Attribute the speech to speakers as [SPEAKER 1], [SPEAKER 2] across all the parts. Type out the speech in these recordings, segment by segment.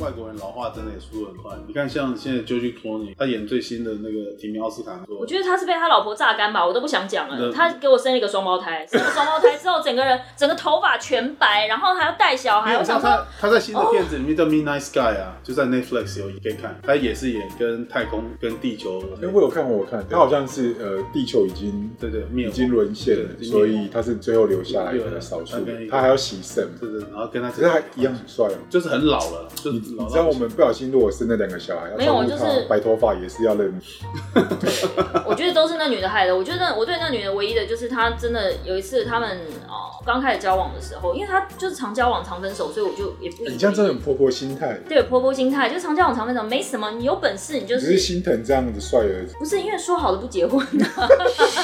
[SPEAKER 1] 外国人老化真的也速度很快。你看，像现在 George Clooney，他演最新的那个提名奥斯卡作，
[SPEAKER 2] 我觉得他是被他老婆榨干吧，我都不想讲
[SPEAKER 1] 那
[SPEAKER 2] 了。他给我生了一个双胞胎，生了双胞胎之后，整个人整个头发全白，然后还要带小
[SPEAKER 1] 因
[SPEAKER 2] 孩，
[SPEAKER 1] 为
[SPEAKER 2] 我
[SPEAKER 1] 我知道
[SPEAKER 2] 想说，
[SPEAKER 1] 他他在新的片子里面叫《Midnight Sky》啊，就在 Netflix 有可以看，他也是演跟太空跟地球，
[SPEAKER 3] 哎，我有看，我有看，他好像是呃，地球已经
[SPEAKER 1] 对对灭
[SPEAKER 3] 已
[SPEAKER 1] 亡
[SPEAKER 3] 经沦陷了，
[SPEAKER 1] 对
[SPEAKER 3] 所以他是最后留下来
[SPEAKER 1] 对
[SPEAKER 3] 的少数
[SPEAKER 1] 他跟一，个
[SPEAKER 3] 他还要牺牲，
[SPEAKER 1] 对对，然后跟他
[SPEAKER 3] 可是他一样很帅哦。
[SPEAKER 1] 就是很老了，就
[SPEAKER 3] 你
[SPEAKER 1] 是
[SPEAKER 3] 你
[SPEAKER 1] 老
[SPEAKER 3] 知
[SPEAKER 1] 到
[SPEAKER 3] 道
[SPEAKER 1] 不
[SPEAKER 3] 我
[SPEAKER 1] 行
[SPEAKER 3] 们不小心如果生了两个小孩，要
[SPEAKER 2] 没有
[SPEAKER 3] 照顾
[SPEAKER 2] 就
[SPEAKER 3] 他
[SPEAKER 2] 是
[SPEAKER 3] 白头发也是要认。
[SPEAKER 2] 我觉得都是那女的害的。我觉得我对那女的唯一的就是她真的有一次他们哦刚开始交往的时候，因为她就是常交往常分手，所以我就也不
[SPEAKER 3] 哎你这样真的很婆婆心态，
[SPEAKER 2] 对婆婆心态，就常交往常分手没什么，你有本事你就
[SPEAKER 3] 只
[SPEAKER 2] 是
[SPEAKER 3] 是心疼这样的帅儿子。
[SPEAKER 2] 不是因为说好了不结婚 的、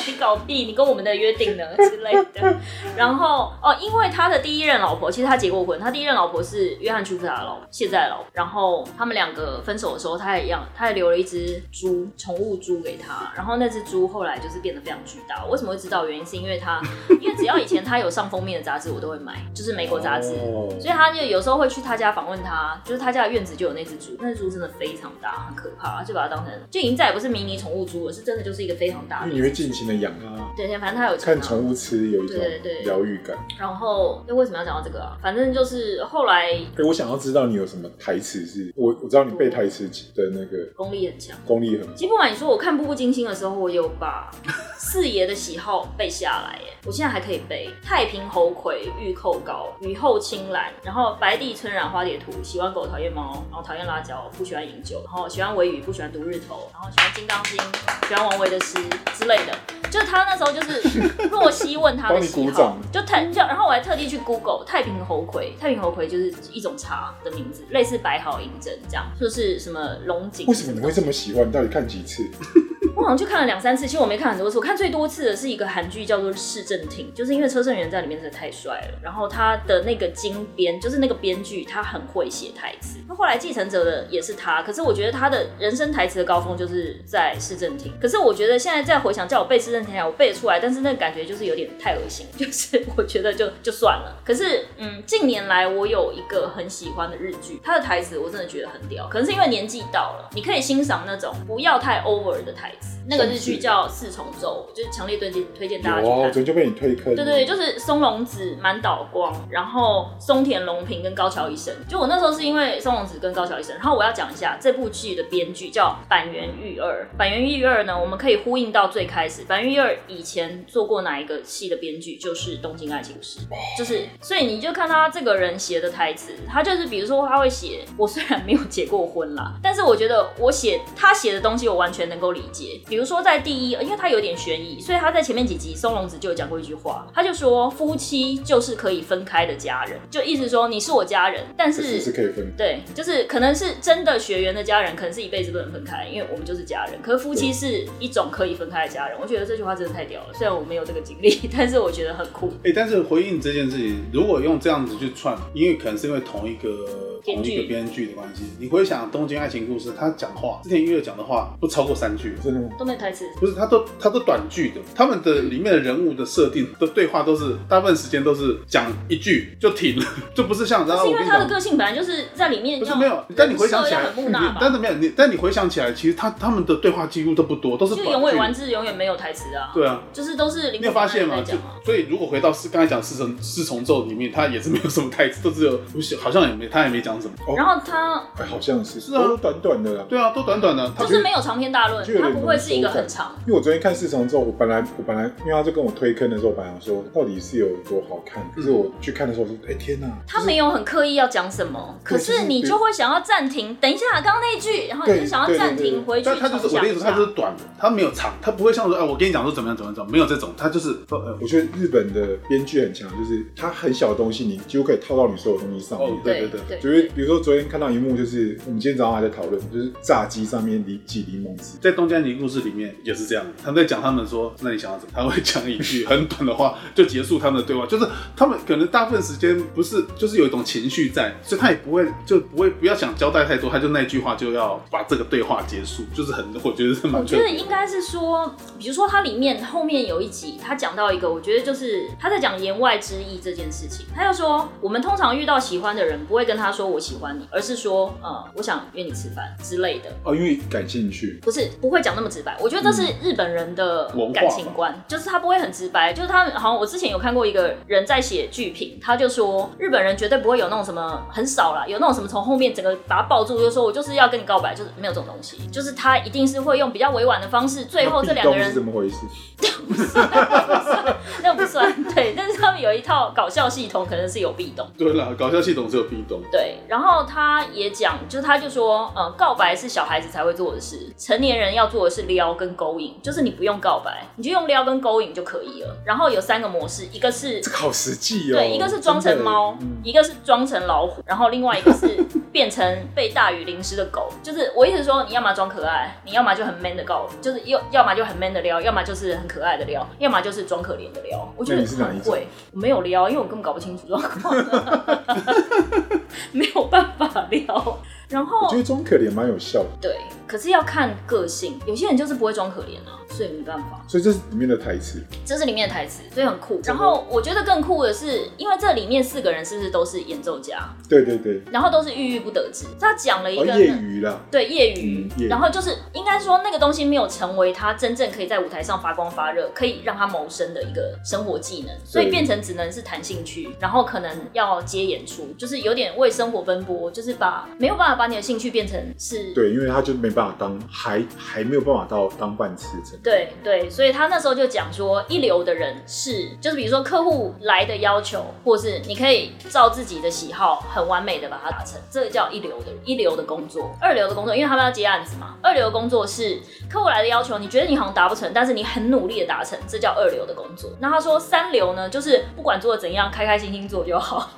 [SPEAKER 2] 你搞屁！你跟我们的约定呢之类的。 然后哦，因为他的第一任老婆，其实他结过婚，他第一任老婆是约翰·屈福特的老婆，现在的老婆。然后哦他们两个分手的时候，他也一样，他也留了一只猪，宠物猪给他。然后那只猪后来就是变得非常巨大。我为什么会知道？原因是因为他，因为只要以前他有上封面的杂志，我都会买，就是美国杂志。
[SPEAKER 3] 哦
[SPEAKER 2] 所以他就有时候会去他家访问他，就是他家的院子就有那只猪，那只猪真的非常大，很可怕，就把它当成就已经再也不是迷你宠物猪了，是真的就是一个非常大
[SPEAKER 3] 因
[SPEAKER 2] 的
[SPEAKER 3] 嗯为。你会尽情的养它，
[SPEAKER 2] 对，反正他有钱
[SPEAKER 3] 看
[SPEAKER 2] 啊
[SPEAKER 3] 宠物吃有一种
[SPEAKER 2] 对对对
[SPEAKER 3] 疗愈感。
[SPEAKER 2] 然后那为什么要讲到这个啊？反正就是后来
[SPEAKER 3] 哎，我想要知道你有什么台词是，我我知道你背台词的那个
[SPEAKER 2] 功力很强。
[SPEAKER 3] 功力很
[SPEAKER 2] 其实不瞒你说，我看《步步惊心》的时候，我有把四爷的喜好背下来耶，我现在还可以背《太平猴魁》《玉蔻膏》《雨后青蓝》，然后《白地春染花蝶图》，喜欢狗，讨厌猫，然后讨厌辣椒，不喜欢饮酒，然后喜欢维语，不喜欢独日头，然后喜欢《金刚经》，喜欢王维的诗之类的。就是他那时候就是若曦问他的
[SPEAKER 3] 帮你鼓
[SPEAKER 2] 喜好
[SPEAKER 3] 掌，
[SPEAKER 2] 就太就，然后我还特地去 Google 太平猴魁，太平猴魁就是一种茶的名字，类似白毫银针这样，就是什么龙井。
[SPEAKER 3] 为什么你会这么喜欢？你到底看几次？
[SPEAKER 2] 我好像去看了两三次，其实我没看很多次。我看最多次的是一个韩剧，叫做《市政厅》，就是因为车胜元在里面真的太帅了，然后他的那个金编，就是那个编剧，他很会写台词。那后来《继承者》的也是他，可是我觉得他的人生台词的高峰就是在《市政厅》。可是我觉得现在再回想，叫我背《市政厅》，我背得出来，但是那个感觉就是有点太恶心， 就是我觉得就就算了。可是嗯，近年来我有一个很喜欢的日剧，它的台词我真的觉得很屌，可能是因为年纪到了，你可以欣赏那种不要太 over 的台词。那个日剧叫《四重奏》，就是强烈推荐推荐
[SPEAKER 3] 有
[SPEAKER 2] 大家去
[SPEAKER 3] 啊，我
[SPEAKER 2] 看。
[SPEAKER 3] 昨天就被你推坑。
[SPEAKER 2] 对对，就是松隆子、满岛光，然后松田龙平跟高桥医生。就我那时候是因为松隆子跟高桥医生，然后我要讲一下这部剧的编剧叫板垣裕二。板垣裕二呢，我们可以呼应到最开始，板垣裕二以前做过哪一个戏的编剧，就是《东京爱情事》，就是所以你就看他这个人写的台词，他就是比如说他会写，我虽然没有结过婚啦，但是我觉得我写他写的东西我完全能够理解。比如说在第一，因为他有点悬疑，所以他在前面几集松隆子就有讲过一句话，他就说夫妻就是可以分开的家人，就意思说你是我家人，但
[SPEAKER 3] 可是是可以分。
[SPEAKER 2] 对，就是可能是真的学员的家人，可能是一辈子不能分开，因为我们就是家人。可是夫妻是一种可以分开的家人，我觉得这句话真的太屌了。虽然我没有这个经历，但是我觉得很酷。
[SPEAKER 1] 哎、但是回应这件事情，如果用这样子去串，因为可能是因为同一个
[SPEAKER 2] 编
[SPEAKER 1] 同
[SPEAKER 2] 剧
[SPEAKER 1] 一个编剧的关系，你回想《东京爱情故事》，他讲话之前音乐讲的话不超过三句，
[SPEAKER 3] 真的吗？
[SPEAKER 2] 都没有台词，
[SPEAKER 1] 不是他都他都短句的，他们的里面的人物的设定的对话都是大部分时间都是讲一句就停 了，就不是像然后
[SPEAKER 2] 是
[SPEAKER 1] 我
[SPEAKER 2] 因
[SPEAKER 1] 跟
[SPEAKER 2] 为
[SPEAKER 1] 你
[SPEAKER 2] 他的
[SPEAKER 1] 讲。
[SPEAKER 2] 个性本啊来就是在里面
[SPEAKER 1] 不
[SPEAKER 2] 要，
[SPEAKER 1] 是没有，但你回想起
[SPEAKER 2] 人
[SPEAKER 1] 来
[SPEAKER 2] 设要，很木
[SPEAKER 1] 你
[SPEAKER 2] 讷吧
[SPEAKER 1] 但？是没有你，但你回想起来，其实他他们的对话几乎都不多，都是
[SPEAKER 2] 就
[SPEAKER 1] 短
[SPEAKER 2] 永尾
[SPEAKER 1] 句
[SPEAKER 2] 完治永远没有台词啊，
[SPEAKER 1] 对啊，
[SPEAKER 2] 就是都是林
[SPEAKER 1] 你有发现吗？
[SPEAKER 2] 在
[SPEAKER 1] 就
[SPEAKER 2] 讲啊。
[SPEAKER 1] 所以如果回到是刚才讲四重四重奏里面，他也是没有什么台词，都只有不是好像也没他也没讲什么。
[SPEAKER 3] 哦
[SPEAKER 2] 然后他
[SPEAKER 3] 哎，好像是，
[SPEAKER 1] 是啊
[SPEAKER 3] 都短短的啦。
[SPEAKER 1] 对啊，都短短的，他
[SPEAKER 2] 就是没有长篇大论
[SPEAKER 3] 就有，
[SPEAKER 2] 他
[SPEAKER 3] 点
[SPEAKER 2] 不会是一个
[SPEAKER 3] 浓缩感
[SPEAKER 2] 很长。
[SPEAKER 3] 因为我昨天看四重之后，我本来我本来因为他就跟我推坑的时候，我本来想说到底是有多好看，可是我去看的时候我说，哎、天哪、
[SPEAKER 2] 他没有很刻意要讲什么，可
[SPEAKER 3] 对
[SPEAKER 2] 是你
[SPEAKER 3] 就是
[SPEAKER 2] 就会想要暂停，等一下，刚刚那一句，然后你就
[SPEAKER 3] 对
[SPEAKER 2] 想要
[SPEAKER 3] 对对
[SPEAKER 2] 暂
[SPEAKER 3] 对
[SPEAKER 2] 停
[SPEAKER 3] 对
[SPEAKER 2] 回去
[SPEAKER 1] 但他就是我的意
[SPEAKER 2] 重想一
[SPEAKER 1] 思，
[SPEAKER 2] 下
[SPEAKER 1] 他就是短的，他没有长，他不会像说，哎，我跟你讲说怎么样怎么样怎么样，没有这种，他就是呃
[SPEAKER 3] 我觉得日本的编剧很强，就是他很小的东西，你几乎可以套到你所有东西上面。
[SPEAKER 1] 哦
[SPEAKER 2] 对
[SPEAKER 1] 对对
[SPEAKER 2] 对，
[SPEAKER 3] 就是比如说昨天看到一幕，就是我们今天早上还在讨论，就是炸鸡上面淋挤柠檬汁。
[SPEAKER 1] 在东京爱情故事里面也是这样，他们在讲他们说，那你想要怎么？他会讲一句很短的话就结束他们的对话，就是他们可能大部分时间不是，就是有一种情绪在，所以他也不会就不会不要想交代太多，他就那句话就要把这个对话结束，就是很我觉得是蛮
[SPEAKER 2] 我觉得
[SPEAKER 1] 特别
[SPEAKER 2] 应该是说，比如说它里面后面有一集，他讲到一个，我觉得就是他在讲言外之意这件事情。他就说，我们通常遇到喜欢的人，不会跟他说我喜欢你，而是说，呃，我想约你吃饭之类的，
[SPEAKER 3] 哦，因为感兴趣，
[SPEAKER 2] 不是不会讲那么直白。我觉
[SPEAKER 3] 嗯
[SPEAKER 2] 得这是日本人的
[SPEAKER 1] 文化
[SPEAKER 2] 感情观，就是他不会很直白，就是他好像我之前有看过一个人在写剧评，他就说日本人绝对不会有那种什么很少啦，有那种什么从后面整个把他抱住，就说我就是要跟你告白，就是没有这种东西，就是他一定是会用比较委婉的方式，最后这两个
[SPEAKER 3] 壁咚是怎
[SPEAKER 2] 人
[SPEAKER 3] 么回事？
[SPEAKER 2] 那不算对，但是他们有一套搞笑系统，可能是有壁咚。
[SPEAKER 1] 对了，搞笑系统只有壁咚，
[SPEAKER 2] 对，然后他也讲，就是他就说，呃，告白是小孩子才会做的事，成年人要做的是撩跟勾引，就是你不用告白，你就用撩跟勾引就可以了。然后有三个模式，一个是
[SPEAKER 3] 这个好实际哦。
[SPEAKER 2] 对，一个是装成猫
[SPEAKER 3] 真的，嗯
[SPEAKER 2] 一个是装成老虎，然后另外一个 是变成被大雨淋湿的狗。就是我意思是说，你要么装可爱，你要么就很 man 的告，就是要要么就很 man 的撩，要么就是很可爱的撩，要么就是装可怜的撩。我觉
[SPEAKER 3] 那
[SPEAKER 2] 得
[SPEAKER 3] 你是哪一
[SPEAKER 2] 很
[SPEAKER 3] 种
[SPEAKER 2] 会，我没有撩，因为我根本搞不清楚状 况，没有办法撩。然后
[SPEAKER 3] 我觉得装可怜蛮有效的，
[SPEAKER 2] 对，可是要看个性，有些人就是不会装可怜啊，所以没办法。
[SPEAKER 3] 所以这是里面的台词。
[SPEAKER 2] 这是里面的台词，所以很酷。然
[SPEAKER 3] 真的
[SPEAKER 2] 后我觉得更酷的是，因为这里面四个人是不是都是演奏家？
[SPEAKER 3] 对对对，
[SPEAKER 2] 然后都是郁郁不得志。他讲了一
[SPEAKER 3] 哦，
[SPEAKER 2] 个、
[SPEAKER 3] 业余啦，
[SPEAKER 2] 对业余
[SPEAKER 3] 嗯，业余
[SPEAKER 2] 然后就是应该说那个东西没有成为他真正可以在舞台上发光发热，可以让他谋生的一个生活技能，所以变成只能是谈兴趣，然后可能要接演出，就是有点为生活奔波，就是把没有办法把你的兴趣变成是。
[SPEAKER 3] 对，因为他就没办法当，还还没有办法到当饭吃，真的。
[SPEAKER 2] 对对，所以他那时候就讲说，一流的人是，就是比如说客户来的要求，或是你可以照自己的喜好，很完美的把它达成，这个叫一流的一流的工作。二流的工作，因为他们要接案子嘛，二流的工作是客户来的要求，你觉得你好像达不成，但是你很努力的达成，这叫二流的工作。那他说三流呢，就是不管做的怎样，开开心心做就好。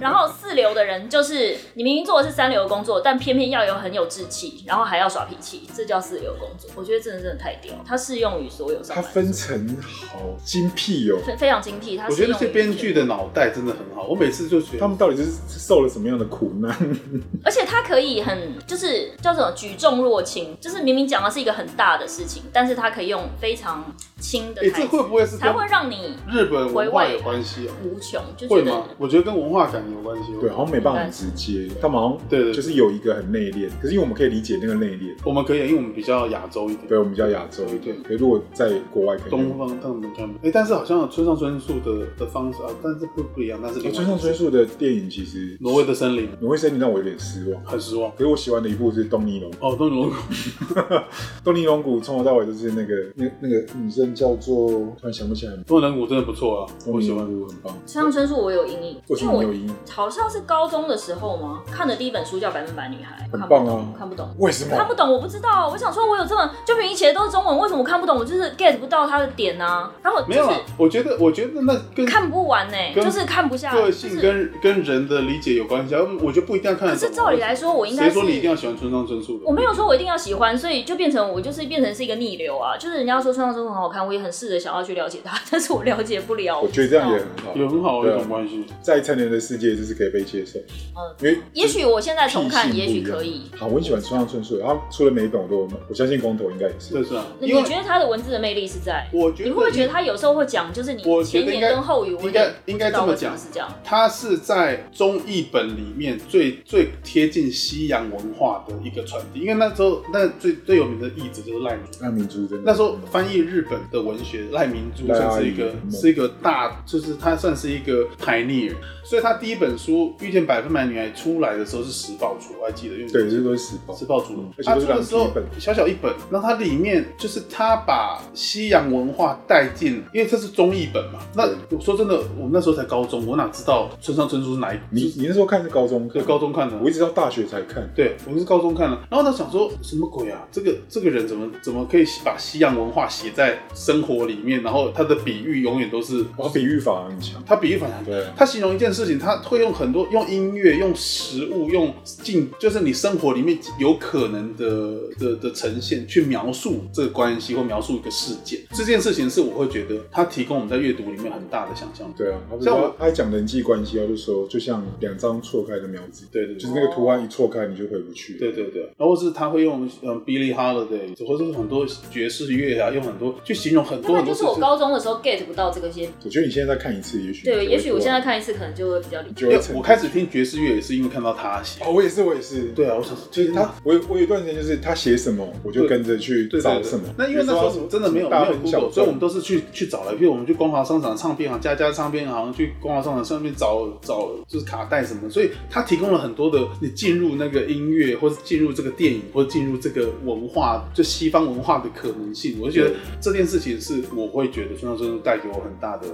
[SPEAKER 2] 然后四流的人就是你明明做的是三流的工作，但偏偏要有很有志气，然后还要耍脾气，这叫四流工作。我觉得真的真的太屌，它适用于所有上
[SPEAKER 3] 他
[SPEAKER 2] 班族，
[SPEAKER 3] 分层好精辟哦，
[SPEAKER 2] 非非常精辟。它
[SPEAKER 1] 我觉得那
[SPEAKER 2] 适
[SPEAKER 1] 些
[SPEAKER 2] 用于
[SPEAKER 1] 编剧的哎脑袋真的很好，我每次就觉
[SPEAKER 3] 他
[SPEAKER 1] 得
[SPEAKER 3] 们到底是受了什么样的苦难？
[SPEAKER 2] 而且他可以很就是叫什么举重若轻，就是明明讲的是一个很大的事情，但是他可以用非常轻的
[SPEAKER 1] 哎
[SPEAKER 2] 台
[SPEAKER 1] 这
[SPEAKER 2] 词，
[SPEAKER 1] 会不会是跟
[SPEAKER 2] 才会让你
[SPEAKER 1] 日本文化有关系啊？
[SPEAKER 2] 无穷，就
[SPEAKER 1] 会
[SPEAKER 2] 觉
[SPEAKER 1] 吗
[SPEAKER 2] 得？
[SPEAKER 1] 我觉得跟文化感有关系哦。
[SPEAKER 3] 对，好像没办法很直接，他们好像
[SPEAKER 1] 对对对
[SPEAKER 3] 就是有一个很内敛，可是因为我们可以理解那个内敛，
[SPEAKER 1] 我们可以，因为我们比较亚洲一点。
[SPEAKER 3] 对我们比较亚洲一点，可是如果在国外可
[SPEAKER 1] 东
[SPEAKER 3] 能。
[SPEAKER 1] 方他们看不，哎、但是好像村上春树的的方式啊，但是不不一样，但是另
[SPEAKER 3] 欸
[SPEAKER 1] 外一
[SPEAKER 3] 村
[SPEAKER 1] 个
[SPEAKER 3] 上春树的电影其实
[SPEAKER 1] 挪威的森林
[SPEAKER 3] 挪威森林让我有点失望，
[SPEAKER 1] 很失望
[SPEAKER 3] 可是我喜欢的一部是东尼龙，
[SPEAKER 1] 哦，东尼龙骨
[SPEAKER 3] 东尼龙骨从头到尾就是那个那那个女生叫做突然想不起来，
[SPEAKER 1] 东尼龙骨真的不错啊，
[SPEAKER 3] 东
[SPEAKER 1] 我
[SPEAKER 3] 尼
[SPEAKER 1] 喜
[SPEAKER 3] 龙
[SPEAKER 1] 欢。
[SPEAKER 3] 骨很棒。
[SPEAKER 2] 村上春树我有阴影，
[SPEAKER 3] 为什
[SPEAKER 2] 因
[SPEAKER 3] 么
[SPEAKER 2] 为
[SPEAKER 3] 你有
[SPEAKER 2] 我
[SPEAKER 3] 阴影？
[SPEAKER 2] 好像是高中的时候吗？看的第一本书叫《百分百女孩》，
[SPEAKER 3] 很
[SPEAKER 2] 看不
[SPEAKER 3] 棒
[SPEAKER 2] 懂，
[SPEAKER 3] 啊！
[SPEAKER 2] 看不懂。
[SPEAKER 3] 为什
[SPEAKER 2] 看不
[SPEAKER 3] 么？
[SPEAKER 2] 懂，我不知道。我想说，我有这么就明明写的都是中文，为什么我看不懂？我就是 get 不到他的点啊。然后我就
[SPEAKER 1] 没有
[SPEAKER 2] 是
[SPEAKER 1] 啊，我觉得我觉得那跟
[SPEAKER 2] 看不完呢、
[SPEAKER 1] 跟
[SPEAKER 2] 就是看不下。
[SPEAKER 1] 个
[SPEAKER 2] 就
[SPEAKER 1] 性
[SPEAKER 2] 是
[SPEAKER 1] 跟跟人的理解有关系啊，我觉得不一定要看
[SPEAKER 2] 可
[SPEAKER 1] 得懂啊。
[SPEAKER 2] 是照理来说，我应该
[SPEAKER 1] 谁
[SPEAKER 2] 是
[SPEAKER 1] 说你一定要喜欢村上春树的？
[SPEAKER 2] 我没有说我一定要喜欢，所以就变成我就是变成是一个逆流啊。就是人家说《村上春树》很好看，我也很试着想要去了解他，但是我了解不了。
[SPEAKER 3] 我觉得这样也很好，
[SPEAKER 1] 有很好的
[SPEAKER 3] 对啊
[SPEAKER 1] 一种关系。
[SPEAKER 3] 在成年的世界就是可以被接受。
[SPEAKER 2] 嗯
[SPEAKER 3] 因为
[SPEAKER 2] 也许我现在重看，
[SPEAKER 3] 癖
[SPEAKER 2] 也
[SPEAKER 3] 性不
[SPEAKER 2] 许
[SPEAKER 3] 一样
[SPEAKER 2] 可以。
[SPEAKER 3] 好，我很喜欢村上春树，他出的每一本我都有买，我相信光头应该也是
[SPEAKER 1] 对。是啊，
[SPEAKER 2] 那
[SPEAKER 1] 因
[SPEAKER 2] 你
[SPEAKER 1] 为
[SPEAKER 2] 觉得他的文字的魅力是在？
[SPEAKER 1] 我觉
[SPEAKER 2] 你
[SPEAKER 1] 得
[SPEAKER 2] 会不会觉得他有时候会讲，就是你
[SPEAKER 1] 我觉
[SPEAKER 2] 前
[SPEAKER 1] 得应
[SPEAKER 2] 言
[SPEAKER 1] 该
[SPEAKER 2] 跟后语，我有
[SPEAKER 1] 应该
[SPEAKER 2] 点
[SPEAKER 1] 应该
[SPEAKER 2] 不知道
[SPEAKER 1] 这么
[SPEAKER 2] 为什
[SPEAKER 1] 讲
[SPEAKER 2] 是这样。
[SPEAKER 1] 它是在中译本里面最最贴近西洋文化的一个传递，因为那时候那最最有名的译者就是赖明。
[SPEAKER 3] 那明珠真的
[SPEAKER 1] 那时候翻译日本的文学，赖明珠
[SPEAKER 3] 赖
[SPEAKER 1] 算
[SPEAKER 3] 阿
[SPEAKER 1] 是
[SPEAKER 3] 姨
[SPEAKER 1] 一个
[SPEAKER 3] 嗯
[SPEAKER 1] 是一个大，就是他算是一个 pioneer，所以他第一本书《遇见百分百女孩》出来的时候是时报出，我还记得，因为
[SPEAKER 3] 对，这都是时报
[SPEAKER 1] 时。报出的
[SPEAKER 3] 嗯而，且
[SPEAKER 1] 他
[SPEAKER 3] 都是
[SPEAKER 1] 出的时候
[SPEAKER 3] 两本
[SPEAKER 1] 小小一本，那它里面就是他把西洋文化带进，因为这是中译本嘛。那我说真的，我那时候才高中，我哪知道村上春树是哪一？
[SPEAKER 3] 你你那时候看是高中
[SPEAKER 1] 在
[SPEAKER 3] 看，
[SPEAKER 1] 高中看的，
[SPEAKER 3] 我一直到大学才看。
[SPEAKER 1] 对，我们是高中看了，然后他想说什么鬼啊？这个这个人怎么怎么可以把西洋文化写在生活里面？然后他的比喻永远都是，
[SPEAKER 3] 哇，比喻法很强。
[SPEAKER 1] 他比喻反常
[SPEAKER 3] 对
[SPEAKER 1] 他形容一件事情，他会用很多用音乐、用食物、用进，就是你生活里面有可能能的的的呈现去描述这个关系或描述一个事件。这件事情是我会觉得它提供我们在阅读里面很大的想象力。
[SPEAKER 3] 对啊，他不是
[SPEAKER 1] 像
[SPEAKER 3] 说
[SPEAKER 1] 我
[SPEAKER 3] 他讲人际关系，他就说就像两张错开的苗子，
[SPEAKER 1] 对对对
[SPEAKER 3] 就是那个图案一错开你就回不去了。
[SPEAKER 1] 对对对，然后是他会用嗯 Billy Holiday，或者是很多爵士乐啊，用很多去形容很
[SPEAKER 2] 根
[SPEAKER 1] 多
[SPEAKER 2] 本
[SPEAKER 1] 很多
[SPEAKER 2] 就是
[SPEAKER 1] 事
[SPEAKER 2] 我
[SPEAKER 1] 情。
[SPEAKER 2] 高中的时候 get 不到这个些。
[SPEAKER 3] 我觉得你现在再看一次，也许
[SPEAKER 2] 对，
[SPEAKER 3] 你就会
[SPEAKER 2] 也许我
[SPEAKER 3] 过
[SPEAKER 2] 现在看一次可能就会比较理
[SPEAKER 3] 你
[SPEAKER 2] 解。
[SPEAKER 3] 就
[SPEAKER 1] 因为
[SPEAKER 3] 会成
[SPEAKER 1] 我开始听爵士乐也是因为看到他写。
[SPEAKER 3] 哦，我也是，我也是，
[SPEAKER 1] 对啊，我想说
[SPEAKER 3] 就是
[SPEAKER 1] 天哪
[SPEAKER 3] 他，我有我有一段时间就是他写什么，我就跟着去
[SPEAKER 1] 对
[SPEAKER 3] 找
[SPEAKER 1] 对对
[SPEAKER 3] 什么。
[SPEAKER 1] 那因为那时候真的没有没
[SPEAKER 3] 大
[SPEAKER 1] 有
[SPEAKER 3] 亨小
[SPEAKER 1] Google，
[SPEAKER 3] 传
[SPEAKER 1] 所以我们都是去去找了，比如我们去光华商场唱片行、家家唱片行，去光华商场上面找找就是卡带什么的，所以它提供了很多的你进入那个音乐，或是进入这个电影，或者进入这个文化，就西方文化的可能性。我就觉得
[SPEAKER 3] 对
[SPEAKER 1] 这件事情是我会觉得村上春树带给我很大的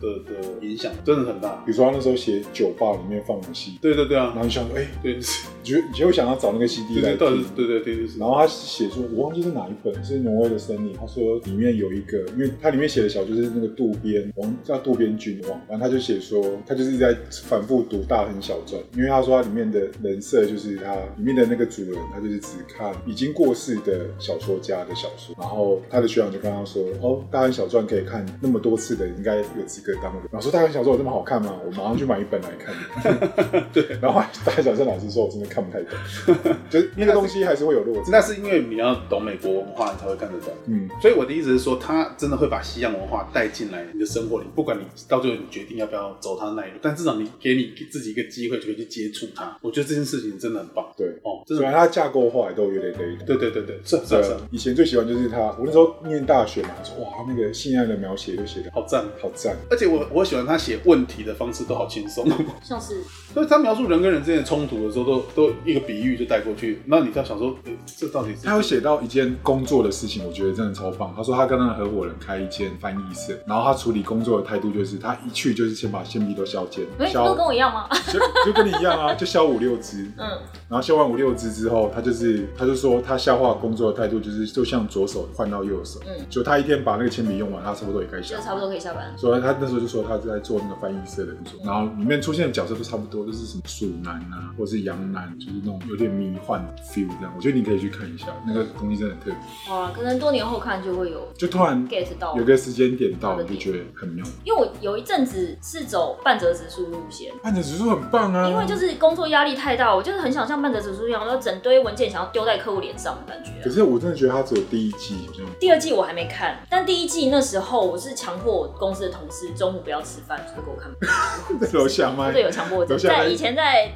[SPEAKER 1] 的的的影响，真的很大。
[SPEAKER 3] 比如说他那时候写酒吧里面放的戏，
[SPEAKER 1] 对对对
[SPEAKER 3] 然
[SPEAKER 1] 啊，
[SPEAKER 3] 后你想说，哎，
[SPEAKER 1] 对，
[SPEAKER 3] 你就你就会想要找那个 CD
[SPEAKER 1] 对
[SPEAKER 3] 来
[SPEAKER 1] 对到底
[SPEAKER 3] 听
[SPEAKER 1] 是。对对对对是
[SPEAKER 3] 然后他写出我忘记是哪一本，是挪威的森林。他说里面有一个，因为他里面写的小就是那个渡边，我忘叫渡边君王，然后他就写说他就是一直在反复读《大亨小传》，因为他说他里面的人设就是他里面的那个主人，他就是只看已经过世的小说家的小说，然后他的学长就跟他说，哦，《大亨小传》可以看那么多次的，应该有资格当人。然后说《大亨小传》有这么好看吗？我马上去买一本来看。对，然后大亨小传老师说我真的看不太懂，就是那个东西还是会有落差。
[SPEAKER 1] 那是因为你要懂美国文化，你才会看得懂。
[SPEAKER 3] 嗯，
[SPEAKER 1] 所以我的意思是说，他真的会把西洋文化带进来你的生活里，不管你到最后你决定要不要走他那一路，但至少你给你自己一个机会，就可以去接触它。我觉得这件事情真的很棒
[SPEAKER 3] 对。
[SPEAKER 1] 哦，真
[SPEAKER 3] 虽然
[SPEAKER 1] 的，
[SPEAKER 3] 它架构化也都有点雷同。
[SPEAKER 1] 对对对对，是啊是啊
[SPEAKER 3] 对
[SPEAKER 1] 是
[SPEAKER 3] 啊
[SPEAKER 1] 啊，，
[SPEAKER 3] 以前最喜欢就是它。我那时候念大学嘛，说哇，那个性爱的描写就写的
[SPEAKER 1] 好赞。
[SPEAKER 3] 好赞。
[SPEAKER 1] 而且我我喜欢他写问题的方式都好轻松，
[SPEAKER 2] 像是
[SPEAKER 1] 所以他描述人跟人之间的冲突的时候，都都一个比喻就带过去，那你就要想说，诶这到底是
[SPEAKER 3] 他有写到一件工作的事情，我觉得真的超棒。他说他跟他的合伙人开一间翻译社，然后他处理工作的态度就是，他一去就是先把铅笔都削尖，
[SPEAKER 2] 哎，
[SPEAKER 3] 削
[SPEAKER 2] 都跟我一样 吗？
[SPEAKER 3] 就就跟你 一样啊，就削五六支，
[SPEAKER 2] 嗯，
[SPEAKER 3] 然后削完五六支之后，他就是他就说他消化工作的态度就是，就像左手换到右手，
[SPEAKER 2] 嗯
[SPEAKER 3] 就他一天把那个铅笔用完，他差不多也该消
[SPEAKER 2] 就
[SPEAKER 3] 化
[SPEAKER 2] 差不多可以下班。了。
[SPEAKER 3] 所以他那时候就说他在做那个翻译社的工作，然后里面出现的角色都差不多，就是什么鼠男啊，或是羊男，就是那种有点迷幻的 feel 这样。我觉得你可以去看一下，那个东西真的很特别，
[SPEAKER 2] 哇，啊可能多年后看就会有
[SPEAKER 3] 就突然
[SPEAKER 2] get 到
[SPEAKER 3] 有。个时间点到，你就觉得很妙。
[SPEAKER 2] 因为我有一阵子是走半折直树路线，
[SPEAKER 3] 按的指数很棒啊，
[SPEAKER 2] 因为就。是工作压力太大，我就是很想像半折直树一样，然后整堆文件想要丢在客户脸上的感觉
[SPEAKER 3] 可。是我真的觉得他只有第一季好像
[SPEAKER 2] 第二季我还没看，但第一季那时候我是强迫我公司的同事中午不要吃饭，就是给我看。
[SPEAKER 3] 在楼下卖，
[SPEAKER 2] 对，有强迫症，
[SPEAKER 3] 留下来
[SPEAKER 2] 在以前在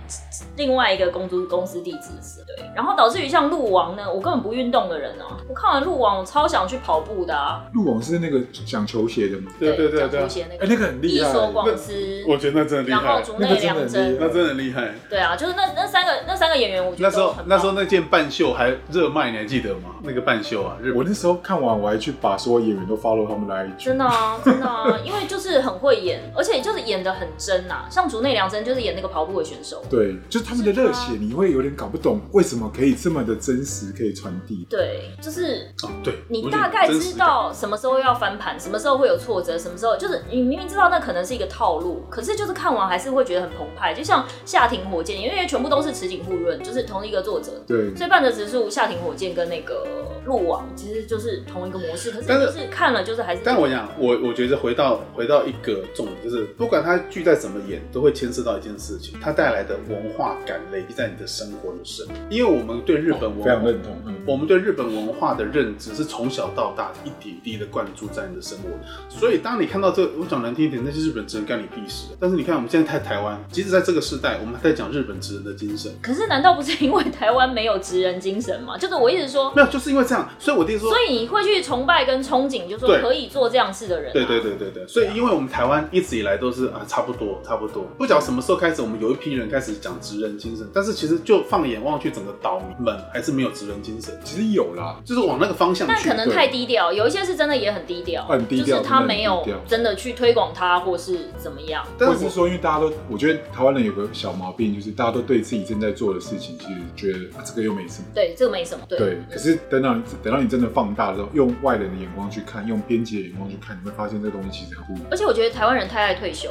[SPEAKER 2] 另外一个公租公司地址时，对，然后导致于像鹿王呢，我根本不运动的人哦、我看完鹿王，我超想去跑步的啊，
[SPEAKER 3] 鹿网是那个讲球鞋的吗？
[SPEAKER 1] 对对对对
[SPEAKER 2] 讲
[SPEAKER 1] 啊
[SPEAKER 2] 球，鞋那
[SPEAKER 3] 哎、
[SPEAKER 2] 个
[SPEAKER 3] 那个很
[SPEAKER 2] 一
[SPEAKER 3] 厉害，
[SPEAKER 2] 所
[SPEAKER 1] 那
[SPEAKER 2] 广司，
[SPEAKER 1] 我觉得那真的厉
[SPEAKER 2] 然后
[SPEAKER 1] 害，
[SPEAKER 2] 竹
[SPEAKER 3] 那个
[SPEAKER 2] 内
[SPEAKER 3] 真的
[SPEAKER 2] 良
[SPEAKER 3] 很厉
[SPEAKER 2] 真，
[SPEAKER 3] 害
[SPEAKER 1] 那真的很厉害。
[SPEAKER 2] 对啊，就是那那三个那三个演员，我觉得
[SPEAKER 1] 那时
[SPEAKER 2] 都
[SPEAKER 1] 候
[SPEAKER 2] 很棒
[SPEAKER 1] 那时候那件半袖还热卖，你还记得吗？那个半袖啊，日
[SPEAKER 3] 我
[SPEAKER 1] 本
[SPEAKER 3] 那时候看完，我还去把所有演员都 follow 他们的 IG，
[SPEAKER 2] 真的啊，真的啊，因为就是很会演，而且就是演的很真呐、像竹内良真就是演那个跑步的选手，
[SPEAKER 3] 对，就是他们的热血，你会有点搞不懂为什么可以这么的真实，可以传递。
[SPEAKER 2] 对，就是
[SPEAKER 1] 啊，对，
[SPEAKER 2] 你
[SPEAKER 1] 我觉得
[SPEAKER 2] 大概
[SPEAKER 1] 真
[SPEAKER 2] 知
[SPEAKER 1] 实感
[SPEAKER 2] 道什么时候要翻盘，什么时候会有挫折，什么时候就是你明明知道那可能是一个套路，可是就是看完还是会觉得很澎湃。就像《夏庭火箭》，因为全部都是池井户润，就是同一个作者，
[SPEAKER 3] 对，
[SPEAKER 2] 所以半泽直树、《夏庭火箭》跟那个《鹿王》其实就是同一个模式，可是
[SPEAKER 1] 但是
[SPEAKER 2] 就是看了就是还是。
[SPEAKER 1] 但我讲，我我觉得回到回到一个重点，就是不管它剧再怎么演，都会牵涉到一件事情，它带来的文化感累积在你的生活里深。因为我们对日本文
[SPEAKER 3] 非常
[SPEAKER 1] 化，
[SPEAKER 3] 认同。嗯，
[SPEAKER 1] 我们对日本文化的认知是从小到大一点一滴的灌注在你的生活里。所以当你看到这，我讲难听一点，那些日本职人干你屁事。但是你看我们现在在台湾，即使在这个时代，我们还在讲日本职人的精神，
[SPEAKER 2] 可是难道不是因为台湾没有职人精神吗？就是我一直说，
[SPEAKER 1] 没有，就是因为这样，所以我弟说
[SPEAKER 2] 所。以你会去崇拜跟憧憬，就说
[SPEAKER 1] 对
[SPEAKER 2] 可以做这样事的人、啊。
[SPEAKER 1] 对对对对对，所以因为我们台湾一直以来都是啊，差不多差不多，不晓得什么时候开始，我们有一批人开始讲职人精神，但是其实就放眼望去，整个岛民们还是没有职人精神。神，
[SPEAKER 3] 其实有啦，
[SPEAKER 1] 就是往那个方向
[SPEAKER 2] 但
[SPEAKER 1] 去。
[SPEAKER 2] 可能太低调，有一些是真的也很低调，
[SPEAKER 3] 很低调
[SPEAKER 2] 就是他没
[SPEAKER 3] 真的很低
[SPEAKER 2] 有
[SPEAKER 3] 调
[SPEAKER 2] 真的去推广它或是怎么样。
[SPEAKER 1] 但
[SPEAKER 3] 或者
[SPEAKER 1] 是
[SPEAKER 3] 是
[SPEAKER 1] 我
[SPEAKER 3] 说，因为大家都，我觉得台湾人有个小毛病，就是大家都对自己正在做的事情，其实觉得、啊、这个又没什么。
[SPEAKER 2] 对，这个没什么。对，
[SPEAKER 3] 对，可是等到你等到你真的放大之后，用外人的眼光去看，用编辑的眼光去看，你会发现这东西其实很不一样。
[SPEAKER 2] 而且我觉得台湾人太爱退休，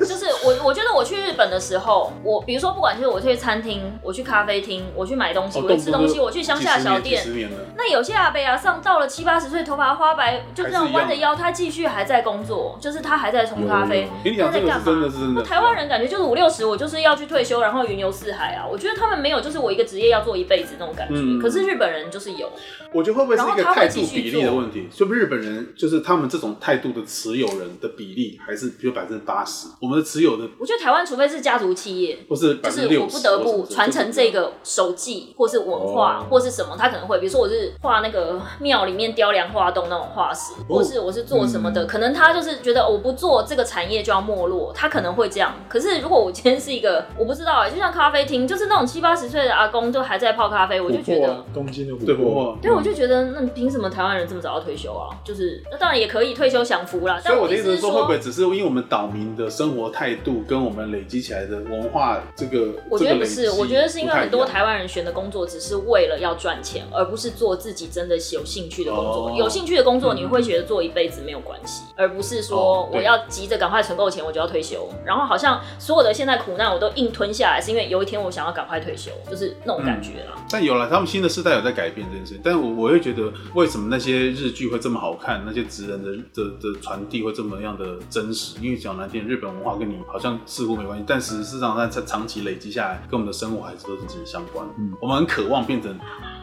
[SPEAKER 2] 就是我我觉得我去日本的时候，我比如说不管是我去餐厅，我去咖啡厅，我去买东西，
[SPEAKER 1] 哦
[SPEAKER 2] 我去吃东
[SPEAKER 1] 动
[SPEAKER 2] 西，
[SPEAKER 1] 不动
[SPEAKER 2] 我去乡下小
[SPEAKER 1] 几
[SPEAKER 2] 店。
[SPEAKER 1] 十年了，
[SPEAKER 2] 那有些阿伯啊，上到了七八十岁，头发花白，就
[SPEAKER 1] 还
[SPEAKER 2] 这
[SPEAKER 1] 是
[SPEAKER 2] 样
[SPEAKER 1] 一样
[SPEAKER 2] 弯着腰，他继续还在工作，就是他还在冲咖啡。
[SPEAKER 1] 哎跟你讲这个是真的是真的。
[SPEAKER 2] 台湾人感觉就是五六十，我就是要去退休，然后云游四海啊。我觉得他们没有，就是我一个职业要做一辈子那种感觉。
[SPEAKER 1] 嗯
[SPEAKER 2] 可是日本人就是有，
[SPEAKER 1] 我觉得会不会是一个
[SPEAKER 2] 然后他
[SPEAKER 1] 态
[SPEAKER 2] 会
[SPEAKER 1] 度
[SPEAKER 2] 继续
[SPEAKER 1] 比例的问题？就日本人就是他们这种态度的持有人的比例，还是比如百分之八十，我们的持有的
[SPEAKER 2] 我觉得台湾除非是家族企业，
[SPEAKER 1] 不是
[SPEAKER 2] 就
[SPEAKER 1] 百分
[SPEAKER 2] 是
[SPEAKER 1] 之
[SPEAKER 2] 我
[SPEAKER 1] 六
[SPEAKER 2] 不
[SPEAKER 1] 十，
[SPEAKER 2] 得不传承这
[SPEAKER 1] 个。
[SPEAKER 2] 个手技，或是文化，
[SPEAKER 3] 哦
[SPEAKER 2] 或是什么，他可能会，比如说我是画那个庙里面雕梁画栋那种画师，
[SPEAKER 1] 哦
[SPEAKER 2] 或是我是做什么的，
[SPEAKER 3] 嗯
[SPEAKER 2] 可能他就是觉得我不做这个产业就要没落，他可能会这样。可是如果我今天是一个，我不知道、欸，就像咖啡厅，就是那种七八十岁的阿公都还在泡咖啡，我就觉
[SPEAKER 1] 啊
[SPEAKER 2] 得。
[SPEAKER 3] 东京的
[SPEAKER 1] 对
[SPEAKER 3] 琥
[SPEAKER 1] 不
[SPEAKER 3] 珀，
[SPEAKER 1] 过，
[SPEAKER 2] 对，我就觉得，那你凭什么台湾人这么早要退休啊？就是，那当然也可以退休享福啦。
[SPEAKER 1] 所以
[SPEAKER 2] 啊但
[SPEAKER 1] 我的意
[SPEAKER 2] 意
[SPEAKER 1] 思
[SPEAKER 2] 思
[SPEAKER 1] 是
[SPEAKER 2] 是
[SPEAKER 1] 说，会不会只是因为我们岛民的生活态度跟我们累积起来的文化这个，
[SPEAKER 2] 我觉得不
[SPEAKER 1] 这
[SPEAKER 2] 是，
[SPEAKER 1] 个累积
[SPEAKER 2] 我觉得是因为很多
[SPEAKER 1] 不太一样
[SPEAKER 2] 台湾人选的工作只是为了要赚钱，而不是做自己真的有兴趣的工作。
[SPEAKER 1] 哦
[SPEAKER 2] 有兴趣的工作你会觉得做一辈子没有关系，而不是
[SPEAKER 1] 哦
[SPEAKER 2] 说
[SPEAKER 1] 对
[SPEAKER 2] 我要急着赶快存够钱我就要退休。然后好像所有的现在苦难我都硬吞下来，是因为有一天我想要赶快退休，就是那种感觉啦。
[SPEAKER 1] 但有了，他们新的世代有在改变这件事情，但我我会觉得，为什么那些日剧会这么好看，那些职人的的的传递会这么样的真实？因为讲难听，日本文化跟你好像似乎没关系，但事实上它它长期累积下来，跟我们的生活还是都是息息相关的。
[SPEAKER 3] 嗯
[SPEAKER 1] 我们很渴望变成。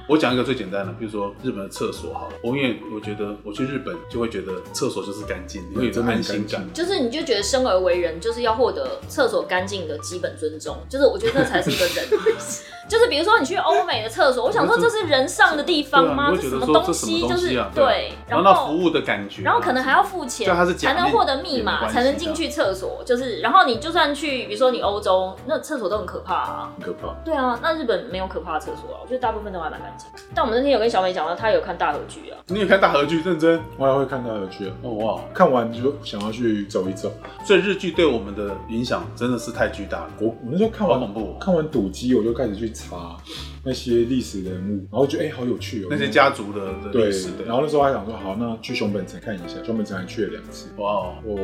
[SPEAKER 1] 我讲一个最简单的，比如说日本的厕所好了，我因为我觉得我去日本就会觉得厕所就是干净，你会有一种
[SPEAKER 3] 真的很
[SPEAKER 1] 安心
[SPEAKER 3] 干
[SPEAKER 1] 感。
[SPEAKER 2] 就是你就觉得生而为人，就是要获得厕所干净的基本尊重，就是我觉得那才是一个人。啊就是比如说你去欧美的厕所，我想说这是人上的地方吗？
[SPEAKER 1] 对啊你
[SPEAKER 2] 这
[SPEAKER 1] 会
[SPEAKER 2] 是
[SPEAKER 1] 觉
[SPEAKER 2] 什
[SPEAKER 1] 得
[SPEAKER 2] 么
[SPEAKER 1] 说这什么
[SPEAKER 2] 西？
[SPEAKER 1] 东
[SPEAKER 2] 就是
[SPEAKER 1] 西啊？
[SPEAKER 2] 对，
[SPEAKER 1] 然后那服务的感觉啊，
[SPEAKER 2] 然后可能还要付钱
[SPEAKER 1] 对它是，
[SPEAKER 2] 才
[SPEAKER 1] 奖励
[SPEAKER 2] 能获得密
[SPEAKER 1] 也没
[SPEAKER 2] 码，
[SPEAKER 1] 关系啊
[SPEAKER 2] 才能进去厕所。就是，然后你就算去，比如说你欧洲，那厕所都很可怕啊。
[SPEAKER 3] 很可怕。
[SPEAKER 2] 对啊，那日本没有可怕的厕所啊，我觉得大部分都还蛮干净。但我们那天有跟小美讲到，她有看大合剧啊，
[SPEAKER 1] 你有看大合剧，认真
[SPEAKER 3] 我还会看到有趣的，
[SPEAKER 1] 哦哇！
[SPEAKER 3] 看完就想要去走一走。
[SPEAKER 1] 所以日剧对我们的影响真的是太巨大了。
[SPEAKER 3] 我我那时候看完
[SPEAKER 1] 好恐怖哦
[SPEAKER 3] 看完《赌鸡》，我就开始去查那些历史人物，然后觉得哎、好有趣哦，
[SPEAKER 1] 那些家族的的
[SPEAKER 3] 对
[SPEAKER 1] 历史，的，
[SPEAKER 3] 然后那时候还想说好，那去熊本城看一下，熊本城还去了两次，
[SPEAKER 1] 哇哦，
[SPEAKER 3] 我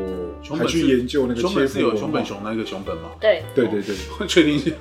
[SPEAKER 1] 熊
[SPEAKER 3] 还
[SPEAKER 1] 本是
[SPEAKER 3] 去研究那个
[SPEAKER 1] 熊本
[SPEAKER 3] 切
[SPEAKER 1] 是有
[SPEAKER 3] 腹文化
[SPEAKER 1] 熊本，熊那个熊本吗？
[SPEAKER 2] 对，
[SPEAKER 3] 对对对，
[SPEAKER 1] 我确定一下，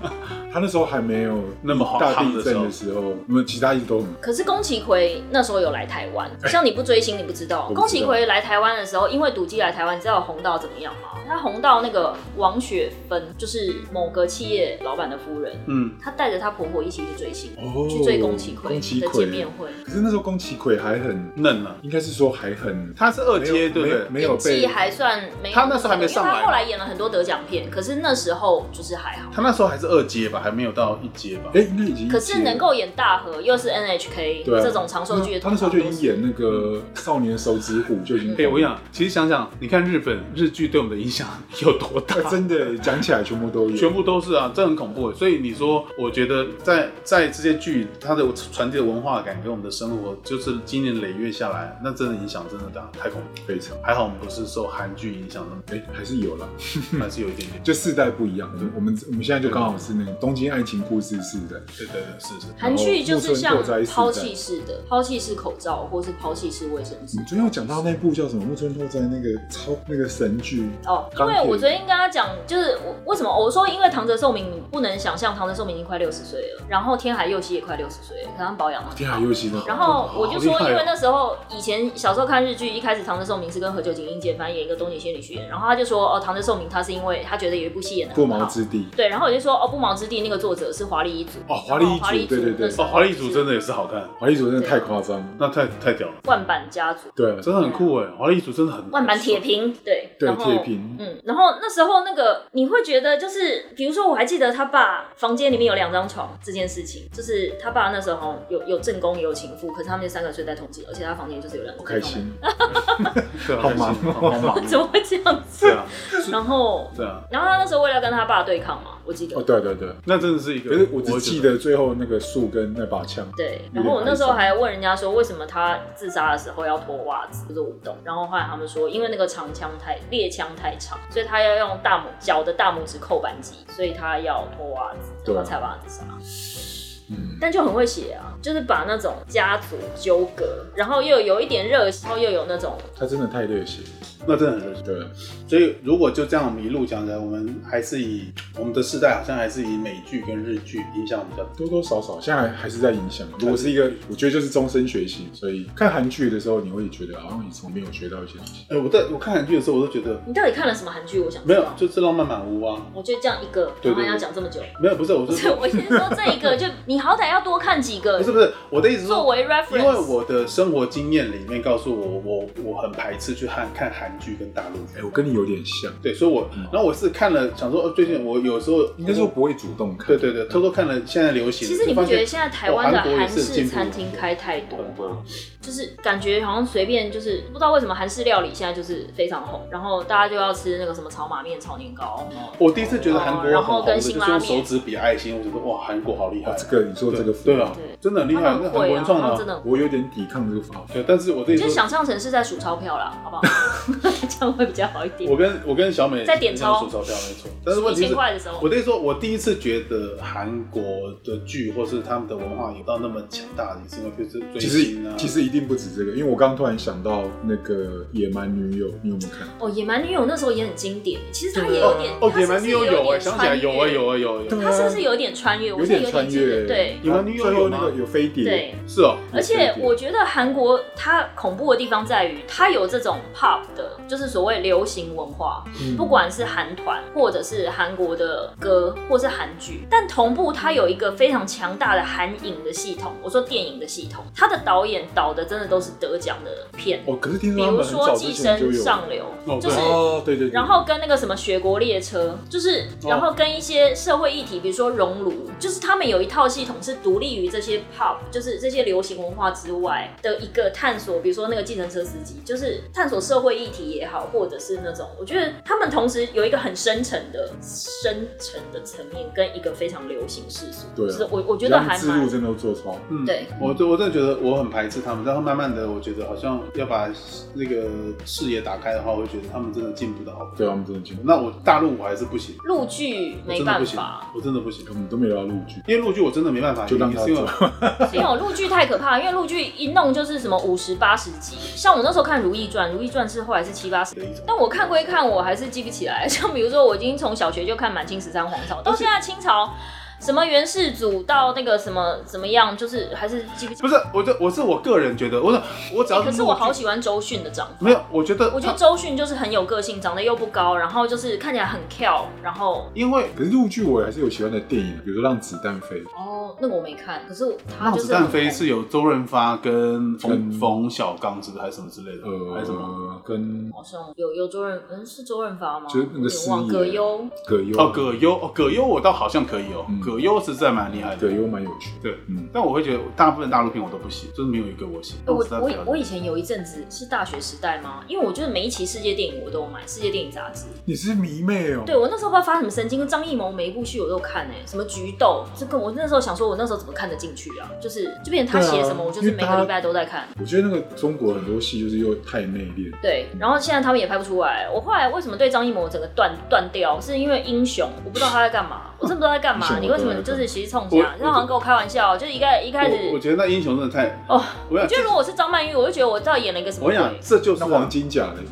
[SPEAKER 3] 他那时候还没有
[SPEAKER 1] 那么好
[SPEAKER 3] 大
[SPEAKER 1] 夯
[SPEAKER 3] 地
[SPEAKER 1] 的
[SPEAKER 3] 震
[SPEAKER 1] 时候
[SPEAKER 3] 的时候，我们其他一直都很
[SPEAKER 2] 可是宫崎葵那时候有来台湾，像你不追星你不知道
[SPEAKER 3] 哎我，不知道
[SPEAKER 2] 宫崎葵来台湾的时候，因为赌鸡来台湾，你知道红到怎么样吗？他红到那个王雪芬，就是某个企业老板的夫人，
[SPEAKER 1] 嗯，
[SPEAKER 2] 她带着她婆婆一起去追星，
[SPEAKER 3] 哦
[SPEAKER 2] 去追宫崎葵
[SPEAKER 3] 宫崎
[SPEAKER 2] 的
[SPEAKER 3] 葵
[SPEAKER 2] 见面会，
[SPEAKER 3] 可是那时候宫崎葵还很，
[SPEAKER 1] 嫩了，
[SPEAKER 3] 应该是说还很
[SPEAKER 1] 他是二阶对不对？
[SPEAKER 2] 演
[SPEAKER 3] 没有没有没有被
[SPEAKER 2] 技还算没有，
[SPEAKER 1] 她那时候还没上来
[SPEAKER 2] 因为她后来演了很多得奖片，可是那时候就是还好。
[SPEAKER 1] 他那时候还是二阶吧，还没有到一阶吧
[SPEAKER 3] 哎、？应该已经
[SPEAKER 2] 可是能够演大河，又是 NHK
[SPEAKER 3] 对啊
[SPEAKER 2] 这种长寿剧的
[SPEAKER 3] 他
[SPEAKER 2] 通常都是，
[SPEAKER 3] 那时候就已经演那个
[SPEAKER 2] 嗯
[SPEAKER 3] 少年手指虎就已经
[SPEAKER 1] 哎、我想，其实想想，你看日本日剧对我们的影响有多大？
[SPEAKER 3] 哎 真的讲起来全部都有，
[SPEAKER 1] 全部都是啊，这很恐怖耶。所以你说，我觉得在在这些剧，它的传递的文化感给我们的生活，就是今年累月下来，那真的影响真的大，太恐怖。
[SPEAKER 3] 非常
[SPEAKER 1] 还好我们不是受韩剧影响那么
[SPEAKER 3] 哎、还是有啦，
[SPEAKER 1] 多，还是有一点点。
[SPEAKER 3] 就世代不一样，我们我们现在就刚好是那个东京爱情故事式的，
[SPEAKER 1] 对对对，是是。
[SPEAKER 2] 韩剧就是像
[SPEAKER 3] 木村拓哉时代
[SPEAKER 2] 抛弃式的，抛弃式口罩或是抛弃式卫生纸
[SPEAKER 3] 你。昨天有讲到那部叫什么木村拓哉那个超那个神剧，
[SPEAKER 2] 哦，因
[SPEAKER 3] 钢
[SPEAKER 2] 为
[SPEAKER 3] 铁
[SPEAKER 2] 我昨天跟他讲，就是我为什么我说，因为唐泽寿明你不能想象，唐泽寿明已经快六十岁了，然后天海佑希也快六十岁了，可能他们保养得很
[SPEAKER 3] 天啊
[SPEAKER 2] 好
[SPEAKER 3] 海。佑希的，
[SPEAKER 2] 然后我就说
[SPEAKER 1] 好厉害，哦
[SPEAKER 2] 因为那时候以前小时候看日剧，一开始唐泽寿明是跟何炅景英结翻演一个东野仙女学院，然后他就说哦，唐泽寿明他是因为他觉得有一部戏演的
[SPEAKER 3] 过
[SPEAKER 2] 很
[SPEAKER 3] 毛
[SPEAKER 2] 好，
[SPEAKER 3] 之地，
[SPEAKER 2] 对，然后我就说哦，不毛之地那个作者是华丽一族，
[SPEAKER 3] 哦华丽
[SPEAKER 2] 然
[SPEAKER 3] 一族
[SPEAKER 2] 后华丽一族
[SPEAKER 3] 对对对
[SPEAKER 2] 那时
[SPEAKER 1] 哦，
[SPEAKER 2] 候
[SPEAKER 1] 华丽组真的也是好看，
[SPEAKER 3] 华丽组真的太夸张了，
[SPEAKER 1] 那太太屌了，
[SPEAKER 2] 万版家族，
[SPEAKER 3] 对啊，
[SPEAKER 1] 真的很酷哎，华丽组真的很
[SPEAKER 2] 万版铁瓶，对，
[SPEAKER 3] 对
[SPEAKER 2] 然后
[SPEAKER 3] 铁瓶，
[SPEAKER 2] 嗯，然后那时候那个你会觉得就是，比如说我还记得他爸房间里面有两张床这件事情，情，就是他爸那时候好像有有正宫也有情妇，可是他们那三个睡在同寝，而且他房间就是有两个
[SPEAKER 3] 不
[SPEAKER 2] 开
[SPEAKER 3] 开心，
[SPEAKER 1] 对啊
[SPEAKER 4] 好忙哦，好忙
[SPEAKER 2] 怎么会这样
[SPEAKER 1] 对
[SPEAKER 2] 子？
[SPEAKER 1] 啊，
[SPEAKER 2] 然后，
[SPEAKER 1] 对啊，
[SPEAKER 2] 然后他那时候为了跟他爸对抗嘛，我记得
[SPEAKER 3] 哦，，对对对，
[SPEAKER 1] 那真的是一个。
[SPEAKER 3] 可是我只记
[SPEAKER 1] 得
[SPEAKER 3] 得最后那个树跟那把枪，
[SPEAKER 2] 对，然后我那时候还问人家说，为什么他自杀的时候要脱袜子？就是我不懂。然后后来他们说，因为那个长枪太猎枪太长，所以他要用大拇脚的大拇指扣扳机，所以他要脱袜子，
[SPEAKER 3] 对
[SPEAKER 1] 啊
[SPEAKER 2] 然后才把他自杀。
[SPEAKER 3] 嗯，
[SPEAKER 2] 但就很会写啊，就是把那种家族纠葛，然后又有一点热血，然后又有那种
[SPEAKER 3] 他真的太热血了，
[SPEAKER 1] 那真的很热血。
[SPEAKER 3] 对，
[SPEAKER 1] 所以如果就这样我们一路讲来，我们还是以我们的世代好像还是以美剧跟日剧影响我们的。
[SPEAKER 3] 多多少少现在还是在影响。如果是一个，我觉得就是终身学习，所以看韩剧的时候，你会觉得好像你从边有学到一些东西。
[SPEAKER 1] 哎、我在我看韩剧的时候，我都觉得
[SPEAKER 2] 你到底看了什么韩剧？我想知
[SPEAKER 1] 没有
[SPEAKER 2] 道，。
[SPEAKER 1] 就是浪漫满屋啊，
[SPEAKER 2] 我就这样一个，
[SPEAKER 1] 对对
[SPEAKER 2] 然
[SPEAKER 1] 对
[SPEAKER 2] 后要讲这么 久，
[SPEAKER 1] 没有不是，我
[SPEAKER 2] 不
[SPEAKER 1] 是
[SPEAKER 2] 是，我先说这一个，就你好歹要多看几个
[SPEAKER 1] 不是，不是我的意思是说
[SPEAKER 2] 作为 reference。
[SPEAKER 1] 因为我的生活经验里面告诉我，我我很排斥去看看韩剧跟大陆
[SPEAKER 3] 哎、
[SPEAKER 1] 剧。
[SPEAKER 3] 我跟你有点像，
[SPEAKER 1] 对，所以我
[SPEAKER 3] 嗯，
[SPEAKER 1] 然后我是看了，想说，呃，最近我有时候
[SPEAKER 3] 应该说不会主动看。
[SPEAKER 1] 对对对，偷偷看了现在流行。
[SPEAKER 2] 其实你
[SPEAKER 1] 就
[SPEAKER 2] 不
[SPEAKER 1] 发现
[SPEAKER 2] 觉得现在台湾的
[SPEAKER 1] 哦韩国也
[SPEAKER 2] 韩
[SPEAKER 1] 是
[SPEAKER 2] 式
[SPEAKER 1] 进步
[SPEAKER 2] 餐厅开太多
[SPEAKER 1] 啊
[SPEAKER 2] 吗？就是感觉好像随便就是不知道为什么韩式料理现在就是非常红，然后大家就要吃那个什么炒马面、炒年糕，
[SPEAKER 1] 我第一次觉得韩国
[SPEAKER 2] 哦然
[SPEAKER 1] 很
[SPEAKER 2] 后
[SPEAKER 1] 红
[SPEAKER 2] 跟
[SPEAKER 1] 的，就
[SPEAKER 2] 辛
[SPEAKER 1] 是
[SPEAKER 2] 拉
[SPEAKER 1] 用
[SPEAKER 2] 面
[SPEAKER 1] 手指比爱心，我觉得哇，韩国好厉害
[SPEAKER 3] 哦，。这个你说这个符
[SPEAKER 1] 对啊
[SPEAKER 3] 号，，
[SPEAKER 2] 对
[SPEAKER 1] 真的很厉害，
[SPEAKER 2] 他们
[SPEAKER 1] 那
[SPEAKER 2] 很
[SPEAKER 1] 很
[SPEAKER 2] 会
[SPEAKER 1] 文
[SPEAKER 2] 啊，
[SPEAKER 1] 创
[SPEAKER 2] 他们
[SPEAKER 1] 啊
[SPEAKER 2] 真。的很会。
[SPEAKER 3] 我有点抵抗这个符号。
[SPEAKER 1] 对，但是我跟
[SPEAKER 2] 你
[SPEAKER 1] 你
[SPEAKER 2] 就
[SPEAKER 1] 说，
[SPEAKER 2] 想象成是在数钞票啦，好不 好？ 这样会比较好一点
[SPEAKER 1] 我。跟我跟小美
[SPEAKER 2] 在点钞
[SPEAKER 1] 数钞票没错，但是问
[SPEAKER 2] 一
[SPEAKER 1] 题
[SPEAKER 2] 千
[SPEAKER 1] 是。
[SPEAKER 2] 块的时候
[SPEAKER 1] 我，跟你说，我第一次觉得韩国的剧或是他们的文化有到那么强大的，也是因为就是追
[SPEAKER 3] 其实
[SPEAKER 1] 星啊，
[SPEAKER 3] 其实一定不止这个，因为我刚刚突然想到那个《野蛮女友》，你有没有看？
[SPEAKER 2] 哦，野蛮女友那时候也很经典，其实它
[SPEAKER 3] 对
[SPEAKER 2] 也
[SPEAKER 3] 啊
[SPEAKER 2] 有点
[SPEAKER 1] 哦，
[SPEAKER 2] 它
[SPEAKER 1] 野
[SPEAKER 2] 是不
[SPEAKER 1] 蛮
[SPEAKER 2] 是
[SPEAKER 1] 女友有哎，
[SPEAKER 2] 点
[SPEAKER 1] 想起来
[SPEAKER 2] 穿越
[SPEAKER 1] 有哎有哎有哎有哎，
[SPEAKER 2] 它是不是有点穿越？我
[SPEAKER 3] 有
[SPEAKER 2] 现在
[SPEAKER 3] 点
[SPEAKER 2] 有
[SPEAKER 3] 穿
[SPEAKER 2] 点记
[SPEAKER 3] 越，
[SPEAKER 2] 得，对。
[SPEAKER 1] 野蛮女友
[SPEAKER 3] 最后
[SPEAKER 1] 有吗
[SPEAKER 3] 那个有飞碟，
[SPEAKER 2] 对，
[SPEAKER 1] 是哦，
[SPEAKER 2] 而且我觉得韩国它恐怖的地方在于，它有这种 pop 的，就是所谓流行文化，
[SPEAKER 3] 嗯
[SPEAKER 2] 不管是韩团或者是韩国的歌或是韩剧，但同步它有一个非常强大的韩影的系统。我说电影的系统，它的导演导的真的都是得奖的片，
[SPEAKER 3] 哦，可是听
[SPEAKER 2] 比
[SPEAKER 3] 说他
[SPEAKER 2] 如
[SPEAKER 3] 们很
[SPEAKER 2] 说
[SPEAKER 3] 早
[SPEAKER 2] 《
[SPEAKER 3] 之
[SPEAKER 2] 寄
[SPEAKER 3] 前就
[SPEAKER 2] 生
[SPEAKER 3] 有，
[SPEAKER 2] 上流
[SPEAKER 1] 哦》，
[SPEAKER 2] 就是。
[SPEAKER 3] 哦，对对对，
[SPEAKER 2] 然后跟那个什么雪国列车，就是
[SPEAKER 1] 哦
[SPEAKER 2] 然后跟一些社会议题，比如说熔炉，就是他们有一套系统是独立于这些 pop，就是这些流行文化之外的一个探索。比如说那个计程车司机，就是探索社会议题也好，或者是那种，我觉得他们同时有一个很深层的、深层的层面，跟一个非常流行世俗。
[SPEAKER 3] 对啊
[SPEAKER 2] 就是我我
[SPEAKER 3] 我
[SPEAKER 2] 觉得还
[SPEAKER 3] 之路
[SPEAKER 2] 蛮
[SPEAKER 3] 真的都做超，
[SPEAKER 1] 嗯
[SPEAKER 2] 对，
[SPEAKER 1] 我就我真的觉得我很排斥他们，然后慢慢的，我觉得好像要把那个视野打开的话，我会觉得他们真的进步的好快。
[SPEAKER 3] 对他们真的进步，
[SPEAKER 1] 那我大陆我还是不行，
[SPEAKER 2] 陆剧
[SPEAKER 1] 我
[SPEAKER 2] 没
[SPEAKER 1] 真的
[SPEAKER 2] 办
[SPEAKER 1] 不行
[SPEAKER 2] 法，，
[SPEAKER 1] 我真的不行
[SPEAKER 3] 我，们都没聊到陆剧，
[SPEAKER 1] 因为陆剧我真的没办法，
[SPEAKER 3] 就让
[SPEAKER 1] 也
[SPEAKER 3] 他
[SPEAKER 1] 是因为
[SPEAKER 3] 走。
[SPEAKER 2] 没有陆剧太可怕，因为陆剧一弄就是什么五十八十集，像我那时候看《如懿传》，《如懿传》是后来是七八十
[SPEAKER 1] 的一种
[SPEAKER 2] 但我看归看，我还是记不起来。 像比如说，我已经从小学就看满清十三皇朝，到现在清朝，什么元世祖到那个什么怎么样，就是还是记不起
[SPEAKER 1] 不是，我就我是我个人觉得，我我只
[SPEAKER 2] 来。
[SPEAKER 1] 要
[SPEAKER 2] 欸哎可是
[SPEAKER 1] 陆
[SPEAKER 2] 我
[SPEAKER 1] 剧
[SPEAKER 2] 好喜欢周迅的长
[SPEAKER 1] 没有，我觉得
[SPEAKER 2] 我觉得周迅就是很有个性，长得又不高，然后就是看起来很跳，然后
[SPEAKER 1] 因为
[SPEAKER 3] 可是陆剧我还是有喜欢的电影，比如说《让子弹飞》，
[SPEAKER 2] 哦，那个我没看，可是他
[SPEAKER 1] 让
[SPEAKER 2] 啊就
[SPEAKER 1] 子
[SPEAKER 2] 是
[SPEAKER 1] 弹
[SPEAKER 2] 很
[SPEAKER 1] 飞
[SPEAKER 2] 红
[SPEAKER 1] 是有周润发跟冯
[SPEAKER 3] 跟
[SPEAKER 1] 冯小刚是不是还是什么之类的，还是什么？
[SPEAKER 3] 嗯呃，跟
[SPEAKER 2] 好像有有周润，嗯，是周润发吗？
[SPEAKER 3] 就是那个
[SPEAKER 2] 有
[SPEAKER 3] 司
[SPEAKER 2] 点
[SPEAKER 3] 仪
[SPEAKER 2] 忘葛优。
[SPEAKER 3] 葛优
[SPEAKER 1] 哦，葛优，哦，葛优我倒好像可以哦，
[SPEAKER 3] 嗯
[SPEAKER 1] 葛优是真的蛮厉害
[SPEAKER 3] 葛
[SPEAKER 1] 的，
[SPEAKER 3] 优蛮有趣的，
[SPEAKER 1] 对。
[SPEAKER 3] 嗯，
[SPEAKER 1] 但我会觉得大部分大陆片我都不行，就是没有一个我行。
[SPEAKER 2] 我
[SPEAKER 1] 实在不了
[SPEAKER 2] 我
[SPEAKER 1] 解
[SPEAKER 2] 我以前有一阵子是大学时代吗？因为我觉得每一期世界电影我都有买世界电影杂志，
[SPEAKER 3] 你是迷妹哦，
[SPEAKER 2] 对啊我那时候不知道发什么神经，张艺谋每一部剧我都看哎、什么菊豆，这个我那时候想说，我那时候怎么看得进去啊？就是就变成他写什么，
[SPEAKER 3] 对啊
[SPEAKER 2] 我就是每个礼拜都在看。
[SPEAKER 3] 我觉得那个中国很多戏就是又太内敛，
[SPEAKER 2] 对，然后现在他们也拍不出来。我后来为什么对张艺谋整个断断掉，是因为英雄，我不知道他在干嘛，我真的不知道他在干
[SPEAKER 3] 英雄
[SPEAKER 2] 嘛。你
[SPEAKER 3] 我
[SPEAKER 2] 为什
[SPEAKER 3] 都
[SPEAKER 2] 么
[SPEAKER 3] 在
[SPEAKER 2] 就是其实冲
[SPEAKER 1] 我
[SPEAKER 2] 下？他好像跟我开玩笑，就是一开一开
[SPEAKER 1] 啊我我
[SPEAKER 2] 始
[SPEAKER 1] 觉得那英雄真的太
[SPEAKER 2] 哦，
[SPEAKER 1] 我
[SPEAKER 2] 我
[SPEAKER 1] 想
[SPEAKER 2] 觉得如果我是张曼玉，我就觉得我到底演了一个什么
[SPEAKER 1] 我跟
[SPEAKER 2] 鬼
[SPEAKER 1] 你？讲，这就是
[SPEAKER 3] 那黄金甲嘞，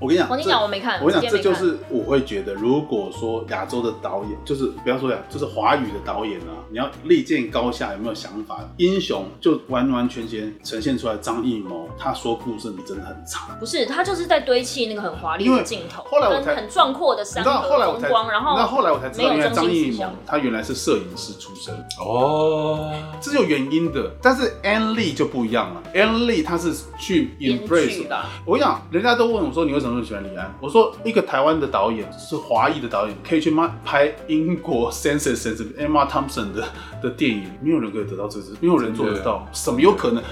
[SPEAKER 1] 我跟你讲，
[SPEAKER 2] 黄金
[SPEAKER 1] 这
[SPEAKER 2] 甲我没看，
[SPEAKER 1] 我跟你
[SPEAKER 2] 直
[SPEAKER 1] 讲，
[SPEAKER 2] 接
[SPEAKER 1] 这
[SPEAKER 2] 没
[SPEAKER 1] 就
[SPEAKER 2] 看
[SPEAKER 1] 是我会觉得，如果说亚洲的导演，就是不要说亚，就是华语的导演啊，你要力荐高下，有没有想法？英雄就完完全全呈现出来，张艺谋他说故事你真的很差。
[SPEAKER 2] 不是，他就是在堆砌那个很华丽
[SPEAKER 1] 因
[SPEAKER 2] 的
[SPEAKER 1] 为
[SPEAKER 2] 镜头，
[SPEAKER 1] 后来我
[SPEAKER 2] 跟
[SPEAKER 1] 才
[SPEAKER 2] 很壮阔的
[SPEAKER 1] 你
[SPEAKER 2] 山
[SPEAKER 1] 知道后来
[SPEAKER 2] 河
[SPEAKER 1] 我才，
[SPEAKER 2] 风光，然
[SPEAKER 1] 那
[SPEAKER 2] 后
[SPEAKER 1] 后来我才知道，
[SPEAKER 2] 没有
[SPEAKER 1] 原来张艺
[SPEAKER 2] 中心思
[SPEAKER 1] 谋
[SPEAKER 2] 想
[SPEAKER 1] 他原来是摄影师出身，
[SPEAKER 4] 哦，
[SPEAKER 1] 这是有原因的。但是 Ann Lee 就不一样了，Ann Lee 他是去
[SPEAKER 2] 编
[SPEAKER 1] embrace
[SPEAKER 2] 剧吧，
[SPEAKER 1] 我跟你讲，人家都问我说你为什么什么那么喜欢李安？我说一个台湾的导演是华裔的导演，可以去妈拍英国 Sense Sense Emma Thompson 的的电影，没有人可以得到这支，没有人做得到，什么有可能？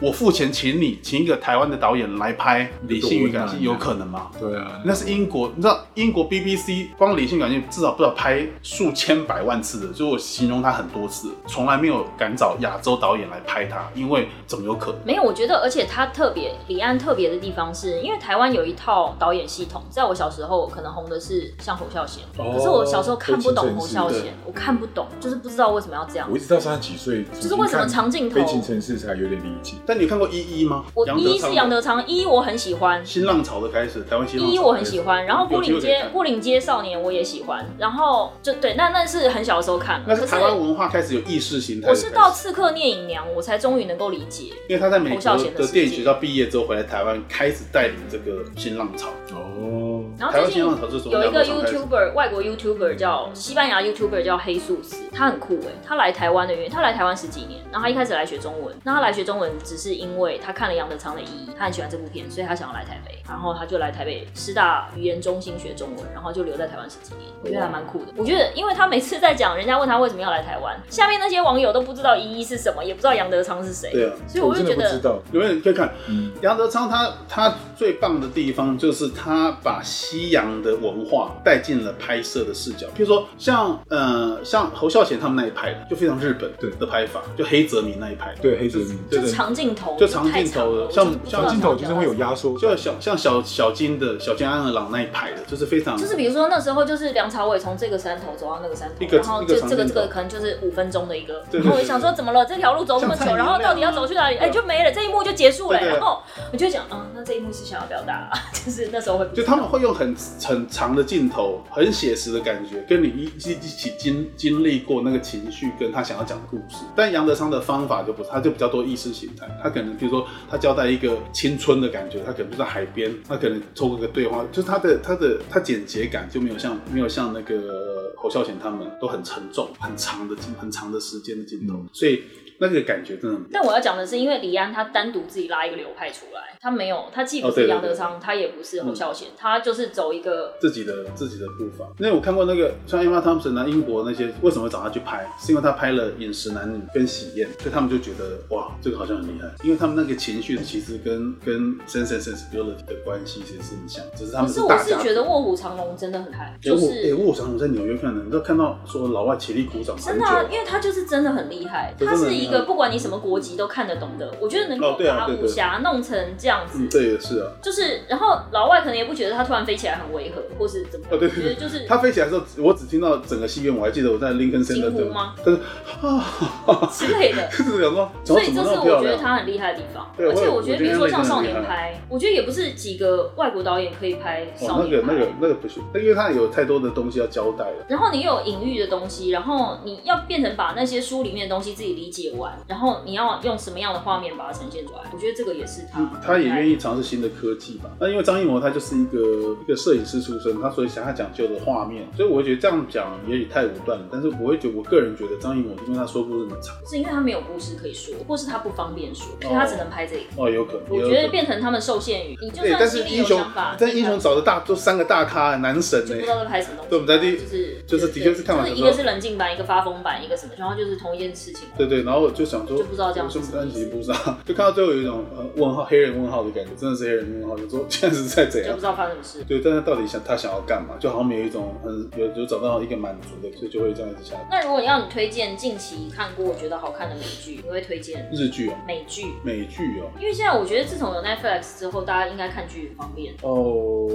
[SPEAKER 1] 我付钱请你，请一个台湾的导演来拍理性与感性，有可能吗？
[SPEAKER 4] 对啊，
[SPEAKER 1] 那是英国，你知道英国 BBC 光理性感性至少不知道拍数千百万次的，就是我形容它很多次，从来没有敢找亚洲导演来拍它，因为怎么有可能？
[SPEAKER 2] 没有，我觉得，而且他特别李安特别的地方是，因为台湾有一套导演系统，在我小时候可能红的是像侯孝贤，
[SPEAKER 3] 哦
[SPEAKER 2] 可是我小时候看不懂
[SPEAKER 3] 悲情
[SPEAKER 2] 侯
[SPEAKER 3] 城市
[SPEAKER 2] 孝
[SPEAKER 1] 对
[SPEAKER 2] 贤，我看不懂，就是不知道为什么要这样
[SPEAKER 3] 我一。直到三十几岁，
[SPEAKER 2] 就是为什么长镜头
[SPEAKER 3] 悲情城市才有点理解。
[SPEAKER 1] 但你有看过《一一》吗？
[SPEAKER 2] 我一
[SPEAKER 1] 昌的
[SPEAKER 2] 是杨德昌，一我很喜欢，
[SPEAKER 1] 新浪潮的开始，台湾新浪潮
[SPEAKER 2] 一我很喜欢，然后
[SPEAKER 1] 有
[SPEAKER 2] 牯
[SPEAKER 1] 机
[SPEAKER 2] 岭
[SPEAKER 1] 会可以
[SPEAKER 2] 街
[SPEAKER 1] 看
[SPEAKER 2] 牯岭街少年我也喜欢，然后就对，那那是很小的时候看
[SPEAKER 1] 那
[SPEAKER 2] 了，可
[SPEAKER 1] 是
[SPEAKER 2] 是
[SPEAKER 1] 台湾文化开始有意识形态的
[SPEAKER 2] 我
[SPEAKER 1] 开始。
[SPEAKER 2] 是到《刺客聂隐娘》我才终于能够理解，
[SPEAKER 1] 因为他在美
[SPEAKER 2] 侯
[SPEAKER 1] 国
[SPEAKER 2] 孝贤的
[SPEAKER 1] 的
[SPEAKER 2] 世界
[SPEAKER 1] 电影学校毕业之后回来台湾，开始带领这个新浪潮。
[SPEAKER 3] 哦，
[SPEAKER 2] 然后
[SPEAKER 1] 台
[SPEAKER 2] 最
[SPEAKER 1] 湾新
[SPEAKER 2] 近
[SPEAKER 1] 浪潮就是从
[SPEAKER 2] 有一
[SPEAKER 1] 杨德
[SPEAKER 2] 个
[SPEAKER 1] 昌开始
[SPEAKER 2] YouTuber，外国 YouTuber 叫西班牙 YouTuber 叫黑素斯，他很酷哎、他来台湾的原因，他来台湾十几年，然后他一开始来学中文，那他来学中文只是因为他看了杨德昌的《一》，他很喜欢这部片，所以他想要来台北，然后他就来台北师大语言中心学中文，然后就留在台湾十几年，我觉得还蛮酷的。我觉得，因为他每次在讲人家问他为什么要来台湾，下面那些网友都不知道《一》是什么，也不知道杨德昌是谁，
[SPEAKER 1] 对啊，
[SPEAKER 2] 所以
[SPEAKER 3] 我
[SPEAKER 2] 就
[SPEAKER 3] 真
[SPEAKER 2] 觉
[SPEAKER 3] 的不知
[SPEAKER 2] 得。
[SPEAKER 3] 道。
[SPEAKER 1] 有没有人可以看？
[SPEAKER 3] 嗯，
[SPEAKER 1] 杨德昌他他最棒的地方就是他把西洋的文化带进了拍摄的视角，譬如说像呃像侯孝贤他们那一派的，就非常日本
[SPEAKER 3] 对
[SPEAKER 1] 的拍法，就黑泽明那一派，
[SPEAKER 3] 对，黑泽明，
[SPEAKER 1] 对
[SPEAKER 2] 就长镜头，
[SPEAKER 1] 就长镜头
[SPEAKER 2] 太长了
[SPEAKER 1] 像
[SPEAKER 2] 我就不知
[SPEAKER 1] 像
[SPEAKER 2] 道
[SPEAKER 3] 长镜头就
[SPEAKER 2] 他要
[SPEAKER 3] 是
[SPEAKER 2] 表达
[SPEAKER 3] 会有
[SPEAKER 2] 什么
[SPEAKER 3] 压缩感，
[SPEAKER 1] 就小像小小金的小金安二郎那一派的，就是非常
[SPEAKER 2] 就是比如说那时候就是梁朝伟从这个山头走到那个山头
[SPEAKER 1] 一，个
[SPEAKER 2] 然后
[SPEAKER 1] 一个
[SPEAKER 2] 这
[SPEAKER 1] 长
[SPEAKER 2] 这个
[SPEAKER 1] 镜
[SPEAKER 2] 这
[SPEAKER 1] 头
[SPEAKER 2] 个可能就是五分钟的一个，
[SPEAKER 1] 对对对
[SPEAKER 2] 然后我就想说怎么了？这条路走这么
[SPEAKER 1] 像
[SPEAKER 2] 久，
[SPEAKER 1] 蔡
[SPEAKER 2] 然后到底要走去哪里？
[SPEAKER 1] 明
[SPEAKER 2] 哎，就没了，这一幕就结束了。
[SPEAKER 1] 嗯对对对
[SPEAKER 2] 然后我就想，嗯，那这一幕是想要表达， 就是那时候会不知
[SPEAKER 1] 就
[SPEAKER 2] 道
[SPEAKER 1] 他们会用很很长的镜头，很写实的感觉，跟你一一一起经经历过那个情绪，跟他想要讲的故事。但杨德昌的方法就不，他就比较多意识形态，他可能比如说他交代一个青春的感觉，他可能就在海边，他可能透过一个对话，就是他的他的他简洁感就没有像没有像那个侯孝贤他们都很沉重、很长的镜很长的时间的镜头，所以那个感觉真的很
[SPEAKER 2] 但我要讲的是，因为李安他单独自己拉一个流派出来，他没有，他既不
[SPEAKER 1] 哦对嗯对
[SPEAKER 2] 是杨
[SPEAKER 1] 对
[SPEAKER 2] 德昌，他也不是侯孝贤，他就是走一个
[SPEAKER 1] 自己的自己的步伐。因为我看过那个像 Emma Thompson 啊，英国那些为什么会找他去拍，是因为他拍了《饮食男女》跟《喜宴》，所以他们就觉得哇，这个好像很厉害，因为他们那个情绪其实跟跟 sense and sensibility 的关系其实是很像，只是他
[SPEAKER 2] 可
[SPEAKER 1] 们
[SPEAKER 2] 是我
[SPEAKER 1] 大
[SPEAKER 2] 是
[SPEAKER 1] 家。
[SPEAKER 2] 觉得《卧虎藏龙》真的很嗨，
[SPEAKER 1] 哎、
[SPEAKER 2] 就
[SPEAKER 1] 我哎、
[SPEAKER 2] 是
[SPEAKER 1] 我常我在纽约看的，你都看到说老外起立鼓掌很
[SPEAKER 2] 真
[SPEAKER 1] 久。
[SPEAKER 2] 的、啊，因为他就是真的很厉害，
[SPEAKER 1] 对
[SPEAKER 2] 他
[SPEAKER 1] 真的
[SPEAKER 2] 是
[SPEAKER 1] 很厉
[SPEAKER 2] 一
[SPEAKER 1] 害
[SPEAKER 2] 个不管你什么国籍都看得懂的。我觉得能
[SPEAKER 1] 哦
[SPEAKER 2] 够
[SPEAKER 1] 对啊
[SPEAKER 2] 把
[SPEAKER 1] 对对
[SPEAKER 2] 武侠弄成这样子，
[SPEAKER 1] 嗯，这也是啊。
[SPEAKER 2] 就是然后老外可能也不觉得他突然飞起来很违和，或是怎么样，
[SPEAKER 1] 哦对
[SPEAKER 2] 我觉得就是
[SPEAKER 1] 他飞起来的时候，我只听到整个戏院，我还记得我在 Lincoln
[SPEAKER 2] 惊
[SPEAKER 1] Center
[SPEAKER 2] 呼吗？
[SPEAKER 1] 但是 啊，
[SPEAKER 2] 之类的。
[SPEAKER 1] 就是想说， 怎
[SPEAKER 2] 所
[SPEAKER 1] 么
[SPEAKER 2] 以
[SPEAKER 1] 怎
[SPEAKER 2] 这
[SPEAKER 1] 么那
[SPEAKER 2] 是
[SPEAKER 1] 么
[SPEAKER 2] 我
[SPEAKER 1] 漂
[SPEAKER 2] 觉得
[SPEAKER 1] 亮？
[SPEAKER 2] 他很厉害的地方，
[SPEAKER 1] 对
[SPEAKER 2] 而且
[SPEAKER 1] 我也
[SPEAKER 2] 我觉得
[SPEAKER 1] 我觉
[SPEAKER 2] 比
[SPEAKER 1] 得
[SPEAKER 2] 如说像
[SPEAKER 1] Henry
[SPEAKER 2] 少
[SPEAKER 1] 真的
[SPEAKER 2] 年
[SPEAKER 1] 很厉
[SPEAKER 2] 拍，我觉得也不是几个外国导演可以拍
[SPEAKER 1] 哦，
[SPEAKER 2] 少
[SPEAKER 1] 那
[SPEAKER 2] 年
[SPEAKER 1] 个
[SPEAKER 2] 拍。
[SPEAKER 1] 那个那个不行，那因为他有太多的东西要交代了。
[SPEAKER 2] 然后你又有隐喻的东西，然后你要变成把那些书里面的东西自己理解完，然后你要用什么样的画面把它呈现出来，我觉得这个也是他
[SPEAKER 1] 嗯，他也愿
[SPEAKER 2] 意。
[SPEAKER 1] 意尝试新的科技吧。那因为张艺谋他就是一个一个摄影师出身，他所以想要讲究的画面，所以我会觉得这样讲也许太武断了。但是我会觉得，我个人觉得张艺谋，因为他说故事很长，
[SPEAKER 2] 是因为他没有故事可以说，或是他不方便说，所以他只能拍这一个。
[SPEAKER 1] 哦，有可能。
[SPEAKER 2] 我
[SPEAKER 1] 也有
[SPEAKER 2] 觉
[SPEAKER 1] 可
[SPEAKER 2] 得
[SPEAKER 1] 能
[SPEAKER 2] 变成他们受限于，你就
[SPEAKER 1] 对，
[SPEAKER 2] 算
[SPEAKER 1] 但
[SPEAKER 2] 心
[SPEAKER 1] 是
[SPEAKER 2] 里
[SPEAKER 1] 英
[SPEAKER 2] 有
[SPEAKER 1] 雄
[SPEAKER 2] 想法，，
[SPEAKER 1] 但英雄找的大都三个大咖男神
[SPEAKER 2] 就
[SPEAKER 1] 呢
[SPEAKER 2] 不知。道在拍什么东西。啊
[SPEAKER 1] 对我们在第
[SPEAKER 2] 就是
[SPEAKER 1] 就是的确是看完
[SPEAKER 2] 就
[SPEAKER 1] 的
[SPEAKER 2] 是一
[SPEAKER 1] 时候
[SPEAKER 2] 个是冷静版，一个发疯版，一个什么，然后就是同一件事情。
[SPEAKER 1] 对对，然后我就想说，
[SPEAKER 2] 就不知道这样
[SPEAKER 1] 就是
[SPEAKER 2] 什么意思
[SPEAKER 1] 安吉不知道， 就看到最后有一种呃问号，黑人问号的感觉，真的是黑人问号，就说现在是在怎
[SPEAKER 2] 就
[SPEAKER 1] 样
[SPEAKER 2] 不？知道发生什么事。
[SPEAKER 1] 对，但是到底想他想要干嘛？就好像没有一种很有有找到一个满足的，所以就会这样一直下去。
[SPEAKER 2] 那如果要你推荐近期看过我觉得好看的美剧，你会推荐
[SPEAKER 1] 日剧哦，
[SPEAKER 2] 美剧？
[SPEAKER 1] 美剧哦，
[SPEAKER 2] 因为现在我觉得自从有 Netflix 之后，大家应该看剧很方便。
[SPEAKER 1] 哦，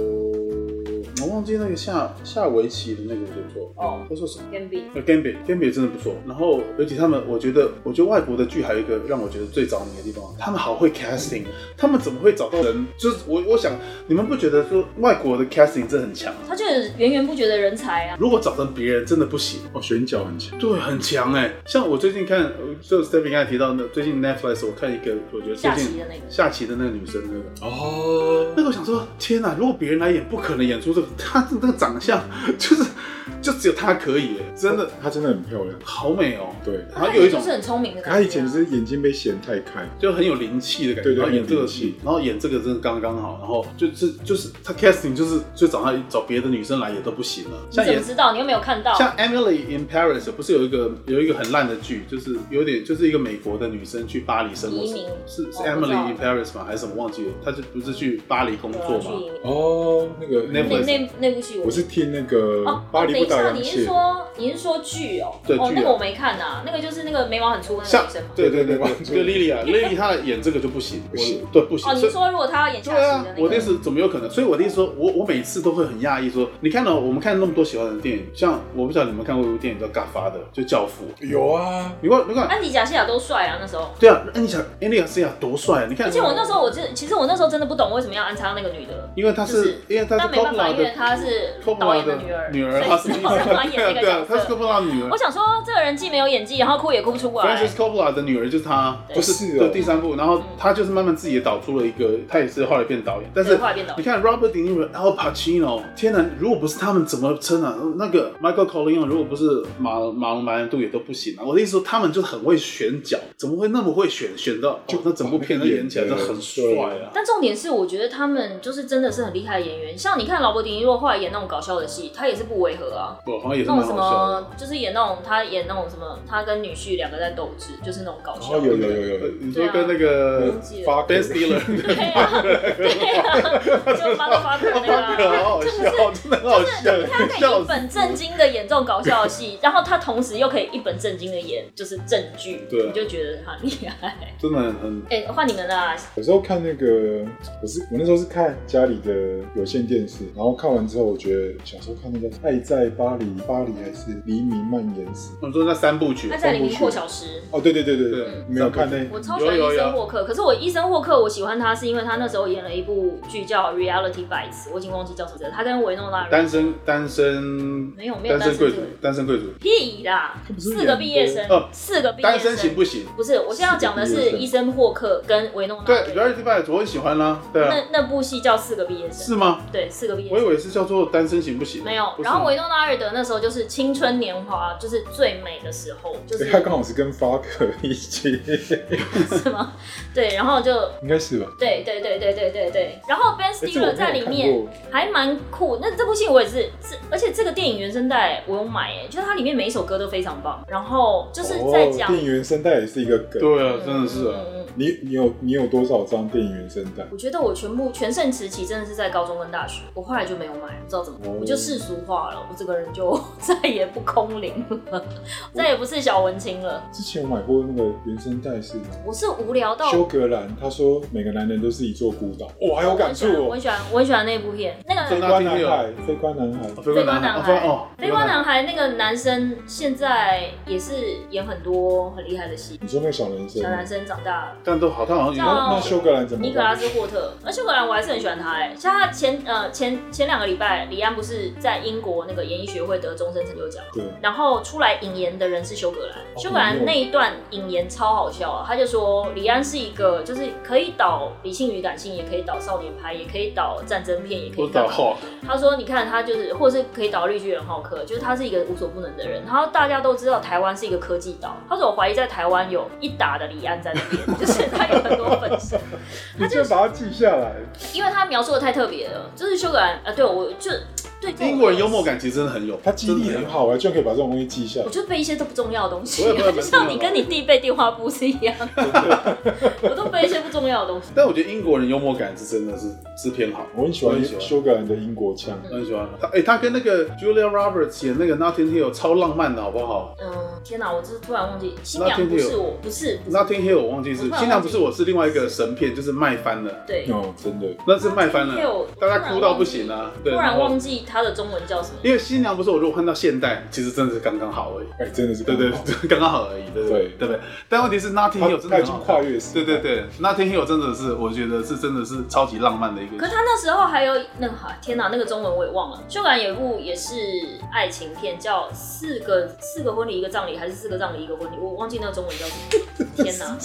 [SPEAKER 1] 我忘记那个下下围棋的那个我就做，啊
[SPEAKER 2] 哦
[SPEAKER 1] 他说什么？
[SPEAKER 2] Gambit
[SPEAKER 1] 呃，Gambit，Gambit 真的不错。然后，而且他们，我觉得，我觉得外国的剧还有一个让我觉得最着迷的地方，他们好会 casting，他们怎么会找到人？就是我，我想你们不觉得说外国的 casting 真的很强？
[SPEAKER 2] 他就是源源不绝的人才啊。
[SPEAKER 1] 如果找成别人，真的不行。
[SPEAKER 3] 哦，选角很强。欸
[SPEAKER 1] 对，很强哎、像我最近看，呃就 Stephen 刚才提到的，最近 Netflix 我看一个，我觉得最
[SPEAKER 2] 下棋
[SPEAKER 1] 近
[SPEAKER 2] 的那个
[SPEAKER 1] 下棋的那个女生那个，
[SPEAKER 4] 哦
[SPEAKER 1] 那个我想说，天哪！如果别人来演，不可能演出这个，她那个长相就是就只有她可以耶，真的
[SPEAKER 3] 她真的很漂亮。
[SPEAKER 1] 好美哦。
[SPEAKER 3] 对，
[SPEAKER 1] 然后有一种
[SPEAKER 2] 就是很聪明的感觉、啊。
[SPEAKER 3] 她以前就是眼睛被嫌太开，
[SPEAKER 1] 就很有灵气的感觉，
[SPEAKER 3] 对对
[SPEAKER 1] 然后演这个
[SPEAKER 3] 很有灵气
[SPEAKER 1] 戏，然后演这个真的刚刚好，然后就是就是他 casting 就是就找他找别的女生来也都不行了，
[SPEAKER 2] 你
[SPEAKER 1] 像
[SPEAKER 2] 怎
[SPEAKER 1] 演
[SPEAKER 2] 么知道？你又没有看到。
[SPEAKER 1] 像 Emily in Paris 不是有一个有一个很烂的剧，就是有点就是一个美国的女生去巴黎生活，
[SPEAKER 2] 移
[SPEAKER 1] 是
[SPEAKER 2] 民
[SPEAKER 1] 是是
[SPEAKER 2] 我不知道
[SPEAKER 1] Emily in Paris 吗？还是什么忘记了？她就不是去巴黎工
[SPEAKER 2] 对啊
[SPEAKER 1] 作
[SPEAKER 2] 去
[SPEAKER 1] 吗？
[SPEAKER 2] 移民
[SPEAKER 3] 哦，那个
[SPEAKER 1] 那
[SPEAKER 2] 那
[SPEAKER 1] 部
[SPEAKER 2] 那那部戏我
[SPEAKER 3] 我是听那个
[SPEAKER 2] 哦，
[SPEAKER 3] 巴黎
[SPEAKER 2] 等
[SPEAKER 3] 不
[SPEAKER 2] 一
[SPEAKER 3] 打
[SPEAKER 2] 下，
[SPEAKER 3] 烊
[SPEAKER 2] 你是
[SPEAKER 3] 千玺，
[SPEAKER 2] 说你是说剧哦？
[SPEAKER 1] 对
[SPEAKER 2] 哦
[SPEAKER 1] 剧，啊
[SPEAKER 2] 那个我没看呐，那个就是那个眉毛很粗的那个
[SPEAKER 1] 像
[SPEAKER 2] 女生嘛。
[SPEAKER 1] 对对 对
[SPEAKER 3] 对
[SPEAKER 1] 对，这个 Lily 啊，Lily 她演这个就不行，
[SPEAKER 3] 不行
[SPEAKER 1] 我对不行。
[SPEAKER 2] 哦，
[SPEAKER 1] 所
[SPEAKER 2] 你
[SPEAKER 1] 以
[SPEAKER 2] 说如果她要演下
[SPEAKER 1] 对
[SPEAKER 2] 棋
[SPEAKER 1] 啊
[SPEAKER 2] 的，那
[SPEAKER 1] 我的意
[SPEAKER 2] 个，
[SPEAKER 1] 思怎么有可能？所以我的意思说，我我每次都会很讶异，说你看到、我们看那么多喜欢的电影，像我不知道你们看过一部电影叫《Godfather》，就《教父》，
[SPEAKER 3] 有啊，
[SPEAKER 1] 你看你看，
[SPEAKER 2] 安迪贾西亚都帅啊，那时候。
[SPEAKER 1] 对啊，哎你想安利亚斯亚多帅、啊，你看，
[SPEAKER 2] 而且我那时候我就其实我那时候真的不懂为什么要安插那个女的，
[SPEAKER 1] 因为他
[SPEAKER 2] 就是是
[SPEAKER 1] 因为他是
[SPEAKER 2] 但没办法，
[SPEAKER 1] Coppola
[SPEAKER 2] 因为
[SPEAKER 1] 的
[SPEAKER 2] 她是导
[SPEAKER 1] Coppola
[SPEAKER 2] 演
[SPEAKER 1] 的
[SPEAKER 2] 女儿，
[SPEAKER 1] 女儿，
[SPEAKER 2] 所以
[SPEAKER 1] 她是
[SPEAKER 2] 只好让她演
[SPEAKER 1] 对啊
[SPEAKER 2] 这
[SPEAKER 1] 对
[SPEAKER 2] 个
[SPEAKER 1] 啊，她
[SPEAKER 2] 角
[SPEAKER 1] 是
[SPEAKER 2] 色。
[SPEAKER 1] Coppola 的女儿
[SPEAKER 2] 我。想说这个人既没有演技，然后哭也哭不出来。
[SPEAKER 1] Francis Coppola 的女儿就是她，
[SPEAKER 2] 对嗯
[SPEAKER 1] 不
[SPEAKER 3] 是哦
[SPEAKER 1] 的第三部，然后她就是慢慢自己也导出了一个，她也是后来变导演，但
[SPEAKER 2] 对
[SPEAKER 1] 是
[SPEAKER 2] 后来变导
[SPEAKER 1] 你
[SPEAKER 2] 演，
[SPEAKER 1] 看 Robert De Niro、Al Pacino，天哪！如果不是他们怎么撑啊？那个 Michael Corleone 如果不是马马龙白兰度也都不行啊。我的意思说，他们就是很会选角，怎么会那么会选？选到就、哦、那整部片都演起来真的很帅啊！
[SPEAKER 2] 但重点是我觉得他们就是真的是很厉害的演员，像你看劳勃迪尼洛后来演那种搞笑的戏，他也是不违和啊。
[SPEAKER 1] 我好像也是
[SPEAKER 2] 那
[SPEAKER 1] 蛮
[SPEAKER 2] 种什
[SPEAKER 1] 好笑的。
[SPEAKER 2] 么，就是演那种他演那种什么，他跟女婿两个在斗智，就是那种搞笑。
[SPEAKER 3] 哦有有有有有，
[SPEAKER 1] 你说跟那个
[SPEAKER 2] 忘记了
[SPEAKER 3] 发
[SPEAKER 1] Ben Stiller，
[SPEAKER 2] 对啊，对啊，就 motherfucker 那个啊。
[SPEAKER 1] 好好笑，真的很好笑
[SPEAKER 2] 就是他，可以
[SPEAKER 1] 笑
[SPEAKER 2] 一
[SPEAKER 1] 死！
[SPEAKER 2] 本正经的演这种搞笑的戏，然后他同时又可以一本正经的演就是正剧，
[SPEAKER 1] 对啊
[SPEAKER 2] 你就觉得他很厉害。
[SPEAKER 1] 真的很很
[SPEAKER 2] 哎、换你们啦，
[SPEAKER 3] 有时候看那个，我是我那时候是看家里的有线电视，然后看完之后，我觉得小时候看那个《爱在巴黎》，巴黎还是《黎明蔓延时》。
[SPEAKER 1] 我说那三部曲
[SPEAKER 2] 他，在里面破小时。
[SPEAKER 3] 哦，对对对对
[SPEAKER 1] 对
[SPEAKER 3] 对，没有看那
[SPEAKER 2] 我超喜欢
[SPEAKER 1] 有有
[SPEAKER 2] 医
[SPEAKER 1] 有
[SPEAKER 2] 生霍克，可是我医生霍克我喜欢他是因为他那时候演了一部剧叫《Reality Bites》，我已经忘记叫什么了。他跟维诺拉人
[SPEAKER 1] 单身单身
[SPEAKER 2] 没有没有
[SPEAKER 1] 单
[SPEAKER 2] 单
[SPEAKER 1] 身
[SPEAKER 2] 身
[SPEAKER 1] 贵族
[SPEAKER 2] 这个，
[SPEAKER 1] 单身贵族，
[SPEAKER 2] 屁啦，
[SPEAKER 3] 是
[SPEAKER 2] 四个毕业生
[SPEAKER 1] 演过，
[SPEAKER 2] 四个毕业生，
[SPEAKER 1] 单身行不行？
[SPEAKER 2] 不是，我现在要讲的是医生霍克跟维诺纳
[SPEAKER 1] 对啊
[SPEAKER 2] 人。
[SPEAKER 1] ，Reality Bites 我很喜欢啦，对啊，
[SPEAKER 2] 那那部戏叫《四个毕业生
[SPEAKER 1] 是》，吗？
[SPEAKER 2] 对，四个毕业
[SPEAKER 1] 我以
[SPEAKER 2] 生。
[SPEAKER 1] 为是叫做单身行不行？
[SPEAKER 2] 没有
[SPEAKER 1] 不，是
[SPEAKER 2] 然后维诺纳瑞德那时候就是青春年华，就是最美的时候，就
[SPEAKER 3] 对
[SPEAKER 2] 是
[SPEAKER 3] 他刚好是跟发哥一起，
[SPEAKER 2] 是吗？对，然后就
[SPEAKER 3] 应该是吧？
[SPEAKER 2] 对对对对对对对，然后 Ben
[SPEAKER 3] 哎这我没
[SPEAKER 2] Stiller
[SPEAKER 3] 有
[SPEAKER 2] 在里面，
[SPEAKER 3] 看过
[SPEAKER 2] 还蛮酷。那这部戏我也是是，而且这个电影原声带我有买哎，就是它里面每一首歌都非常棒。然后就是在
[SPEAKER 3] 哦，
[SPEAKER 2] 讲，
[SPEAKER 3] 电影原声带也是一个梗。
[SPEAKER 1] 对啊，真的是啊，
[SPEAKER 2] 嗯
[SPEAKER 3] 你你有你有多少张电影原声带？
[SPEAKER 2] 我觉得我全部全盛时期真的是在高中跟大学，我后来就没有买，不知道怎么，
[SPEAKER 3] 哦
[SPEAKER 2] 我就世俗化了，我这个人就再也不空灵了，再也不是小文青了。
[SPEAKER 3] 之前我买过那个原声带是
[SPEAKER 2] 我是无聊到，
[SPEAKER 3] 修
[SPEAKER 2] 我
[SPEAKER 3] 格兰，他说每个男人都是一座孤岛，我还有感
[SPEAKER 2] 很喜
[SPEAKER 3] 触
[SPEAKER 2] 欢，我
[SPEAKER 3] 哦
[SPEAKER 2] 很。喜欢，我很喜欢那部片，那
[SPEAKER 1] 真
[SPEAKER 2] 个
[SPEAKER 1] 的
[SPEAKER 3] 飞官男孩，飞官男孩，
[SPEAKER 1] 哦
[SPEAKER 2] 飞官男
[SPEAKER 1] 哦飞
[SPEAKER 2] 孩
[SPEAKER 1] 哦，
[SPEAKER 2] 《飞官男孩》那个男生现在也是演很多很厉害的戏，
[SPEAKER 3] 你说那个小男生
[SPEAKER 2] 小
[SPEAKER 3] 吗，
[SPEAKER 2] 男生长大了。
[SPEAKER 1] 但都好，他好像
[SPEAKER 2] 叫
[SPEAKER 1] 有
[SPEAKER 3] 那那修格兰怎么办？
[SPEAKER 2] 尼可拉斯霍特，而且荷兰我还是很喜欢他哎、像他前呃前前两个礼拜，李安不是在英国那个演艺学会得终身成就奖吗，
[SPEAKER 3] 对，
[SPEAKER 2] 然后出来引言的人是修格兰，
[SPEAKER 3] 哦
[SPEAKER 2] 修格兰那一段引言超好笑啊，他就说李安是一个就是可以导理性与感性，也可以导少年派，也可以导战争片，也可
[SPEAKER 1] 我
[SPEAKER 2] 以
[SPEAKER 1] 知道哦
[SPEAKER 2] 导
[SPEAKER 1] 哈，
[SPEAKER 2] 他说：“你看他就是，或者是可以导绿巨人浩克，就是他是一个无所不能的人。然后大家都知道台湾是一个科技岛，他说我怀疑在台湾有一打的李安在那边，就是他有很多粉丝，
[SPEAKER 3] 你就把它记下来。
[SPEAKER 2] 因为他描述的太特别了。就是修格兰，呃，对我就对这种
[SPEAKER 1] 英国人幽默，感其实真的很有，
[SPEAKER 3] 他记忆力很好啊，居然可以把这种东西记下来
[SPEAKER 2] 我。就背一些都不重要的东西
[SPEAKER 1] 不会不，会
[SPEAKER 2] 就像你跟你弟背电话簿是一样的，我都背一些不重要的东西。
[SPEAKER 1] 但我觉得英国人幽默感是真的是是偏好，
[SPEAKER 3] 我很喜欢
[SPEAKER 1] 我很喜欢
[SPEAKER 3] 修格兰的英国腔，
[SPEAKER 1] 我很喜欢他。哎，他跟那个 Julia Roberts 演那个 Notting Hill 超浪漫的好不好
[SPEAKER 2] 嗯，天哪，我就是突然忘记，新娘不是我，不是，不是
[SPEAKER 1] ？Notting Hill 我忘记
[SPEAKER 2] 我
[SPEAKER 1] 是
[SPEAKER 2] 突然忘记
[SPEAKER 1] 新娘不是我是另外一个神片，就是卖翻了，
[SPEAKER 2] 对，
[SPEAKER 3] 哦，真的，
[SPEAKER 1] 那是卖翻了，
[SPEAKER 2] 我
[SPEAKER 1] 大家哭到不行啊！
[SPEAKER 2] 突
[SPEAKER 1] 对，
[SPEAKER 2] 然
[SPEAKER 1] 后
[SPEAKER 2] 忘记他的中文叫什么。”
[SPEAKER 1] 因为新娘不是我，如果换到现代，其实真的是刚刚好而已。
[SPEAKER 3] 哎，真的是
[SPEAKER 1] 对对
[SPEAKER 2] 哦
[SPEAKER 3] 刚好，
[SPEAKER 1] 对，刚刚好而已，对对
[SPEAKER 3] 对
[SPEAKER 1] 对对。但问题是 Notting Hill
[SPEAKER 3] 他
[SPEAKER 1] 真的
[SPEAKER 3] 他已
[SPEAKER 1] 很
[SPEAKER 3] 经
[SPEAKER 1] 好看
[SPEAKER 3] 跨越时
[SPEAKER 1] 对
[SPEAKER 3] 代
[SPEAKER 1] 对对，Notting Hill 真的是，我觉得是真的是超级浪漫的一
[SPEAKER 2] 可
[SPEAKER 1] 个
[SPEAKER 2] 是。他那时候还有那个哈，天哪，那个中文我也忘了。修兰有一部也是爱情片，叫《四个四个婚礼一个葬礼》，还是四个葬礼一个婚礼？我忘记那个中文叫 什么。天哪，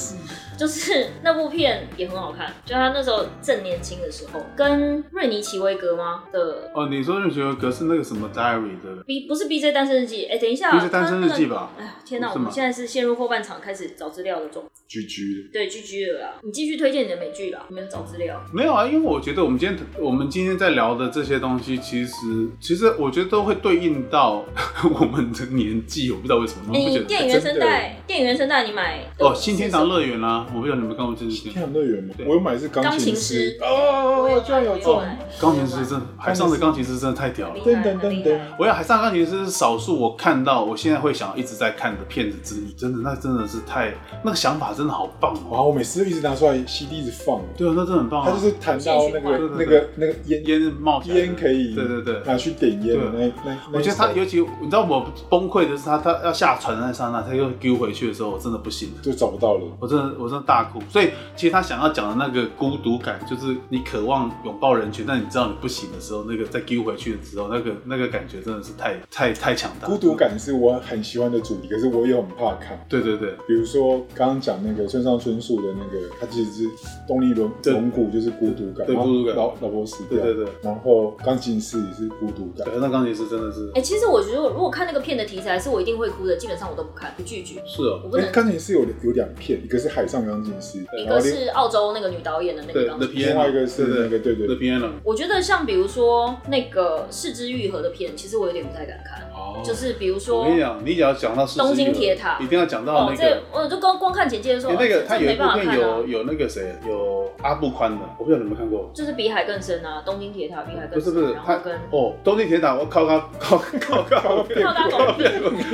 [SPEAKER 2] 就是那部片也很好看，就他那时候正年轻的时候，跟瑞尼奇威格吗的
[SPEAKER 1] 哦，你说就觉得可是那个什么 d i a Diary 的
[SPEAKER 2] B 不是 B J 单身日记，哎、等一下、
[SPEAKER 1] 不是单身日记吧
[SPEAKER 2] 他那个？哎，天哪，
[SPEAKER 1] 不
[SPEAKER 2] 我
[SPEAKER 1] 是吗
[SPEAKER 2] 们现在是陷入后半场开始找资料的状态。
[SPEAKER 3] 居居
[SPEAKER 2] 对，GG 了啦，你继续推荐你的美剧啦，我们找资料。
[SPEAKER 1] 没有啊，因为我觉得我们今天我们今天在聊的这些东西，其实其实我觉得都会对应到 我们的年纪，我不知道为什么，
[SPEAKER 2] 哎
[SPEAKER 1] 你们不
[SPEAKER 2] 你
[SPEAKER 1] 觉得？
[SPEAKER 2] 电影原声带，电影原声带你买
[SPEAKER 1] 哦，新天堂乐园啦、我不知道你们看过这
[SPEAKER 3] 天
[SPEAKER 1] 些。
[SPEAKER 3] 堂乐园吗？
[SPEAKER 1] 对
[SPEAKER 3] 我有买的是钢
[SPEAKER 2] 钢琴
[SPEAKER 3] 师
[SPEAKER 2] 师
[SPEAKER 3] 哦，
[SPEAKER 2] 我
[SPEAKER 3] 居然有
[SPEAKER 2] 这
[SPEAKER 3] 这种，
[SPEAKER 1] 钢琴师真的，海上的钢琴师真的太屌了。
[SPEAKER 2] 噔噔噔噔，
[SPEAKER 1] 我要海上钢琴师是少数我看到我现在会想一直在看的片子之一，真的那真的是太那个想法真的好棒哦。
[SPEAKER 3] 哇！我每次都一直拿出来 CD 一直放，
[SPEAKER 1] 对啊，那真的很棒
[SPEAKER 3] 它
[SPEAKER 1] 啊。
[SPEAKER 3] 就是弹到那
[SPEAKER 1] 对
[SPEAKER 3] 个
[SPEAKER 1] 对
[SPEAKER 3] 那
[SPEAKER 1] 对
[SPEAKER 3] 个那个烟
[SPEAKER 1] 烟冒起来
[SPEAKER 3] 烟可以
[SPEAKER 1] 对对对，
[SPEAKER 3] 拿去点烟的那那那一首，
[SPEAKER 1] 我觉得他，尤其你知道我崩溃的是他，他要下船的那刹那，他又丢回去的时候，我真的不行了，
[SPEAKER 3] 就找不到了。
[SPEAKER 1] 我真的我真的大哭。所以其实他想要讲的那个孤独感，就是你渴望拥抱人群，但你知道你不行的时候，那个再丢回去的时候，那个那个感觉真的是太太太强大。
[SPEAKER 3] 孤独，感是我很喜欢的主题，可是我也很怕看。
[SPEAKER 1] 对对对，
[SPEAKER 3] 比如说刚刚讲那个村上春树的那个，他其实是动力龙
[SPEAKER 1] 对
[SPEAKER 3] 龙骨就是孤独感，
[SPEAKER 1] 对
[SPEAKER 3] 然后
[SPEAKER 1] 孤独感
[SPEAKER 3] 老老婆死掉，
[SPEAKER 1] 对对对
[SPEAKER 3] 然后钢琴师也是孤独感
[SPEAKER 1] 对，，那钢琴师真的是
[SPEAKER 2] 哎、其实我觉得如果看那个片的题材是我一定会哭的，基本上我都不看，不拒绝，
[SPEAKER 1] 是哦，
[SPEAKER 2] 我不
[SPEAKER 3] 哎，
[SPEAKER 2] 能。
[SPEAKER 3] 钢琴师有有两片，一个是海上钢琴师，
[SPEAKER 2] 一
[SPEAKER 3] 然
[SPEAKER 2] 个
[SPEAKER 3] 后另
[SPEAKER 2] 是澳洲那个女导演的那
[SPEAKER 1] 对
[SPEAKER 2] 个钢
[SPEAKER 1] ，The
[SPEAKER 2] 琴。
[SPEAKER 1] Piano，
[SPEAKER 3] 另外一个是那个对对
[SPEAKER 1] The Piano，
[SPEAKER 2] 我觉得像比如说那个《四肢愈合》的片，其实我有点不太敢看，
[SPEAKER 1] 哦
[SPEAKER 2] 就是比如说
[SPEAKER 1] 我跟你讲，你只要讲到世纪
[SPEAKER 2] 东京
[SPEAKER 1] 了
[SPEAKER 2] 铁塔
[SPEAKER 1] 一定要讲到
[SPEAKER 2] 哦，
[SPEAKER 1] 那
[SPEAKER 2] 这
[SPEAKER 1] 个。
[SPEAKER 2] 我就光光看简介的时候，
[SPEAKER 1] 你那个
[SPEAKER 2] 哦
[SPEAKER 1] 他
[SPEAKER 2] 这
[SPEAKER 1] 有一
[SPEAKER 2] 没
[SPEAKER 1] 部
[SPEAKER 2] 办法
[SPEAKER 1] 片
[SPEAKER 2] 看啊
[SPEAKER 1] 有，有那个谁有阿布宽的，我不知道你们看过。
[SPEAKER 2] 就是比海更深啊，东京铁塔比海
[SPEAKER 1] 不
[SPEAKER 2] 更
[SPEAKER 1] 是
[SPEAKER 2] 深，啊
[SPEAKER 1] 不是
[SPEAKER 2] 然，
[SPEAKER 1] 他
[SPEAKER 2] 后跟
[SPEAKER 1] 哦，东京铁塔，我靠他靠靠靠
[SPEAKER 2] 跳大狗屁，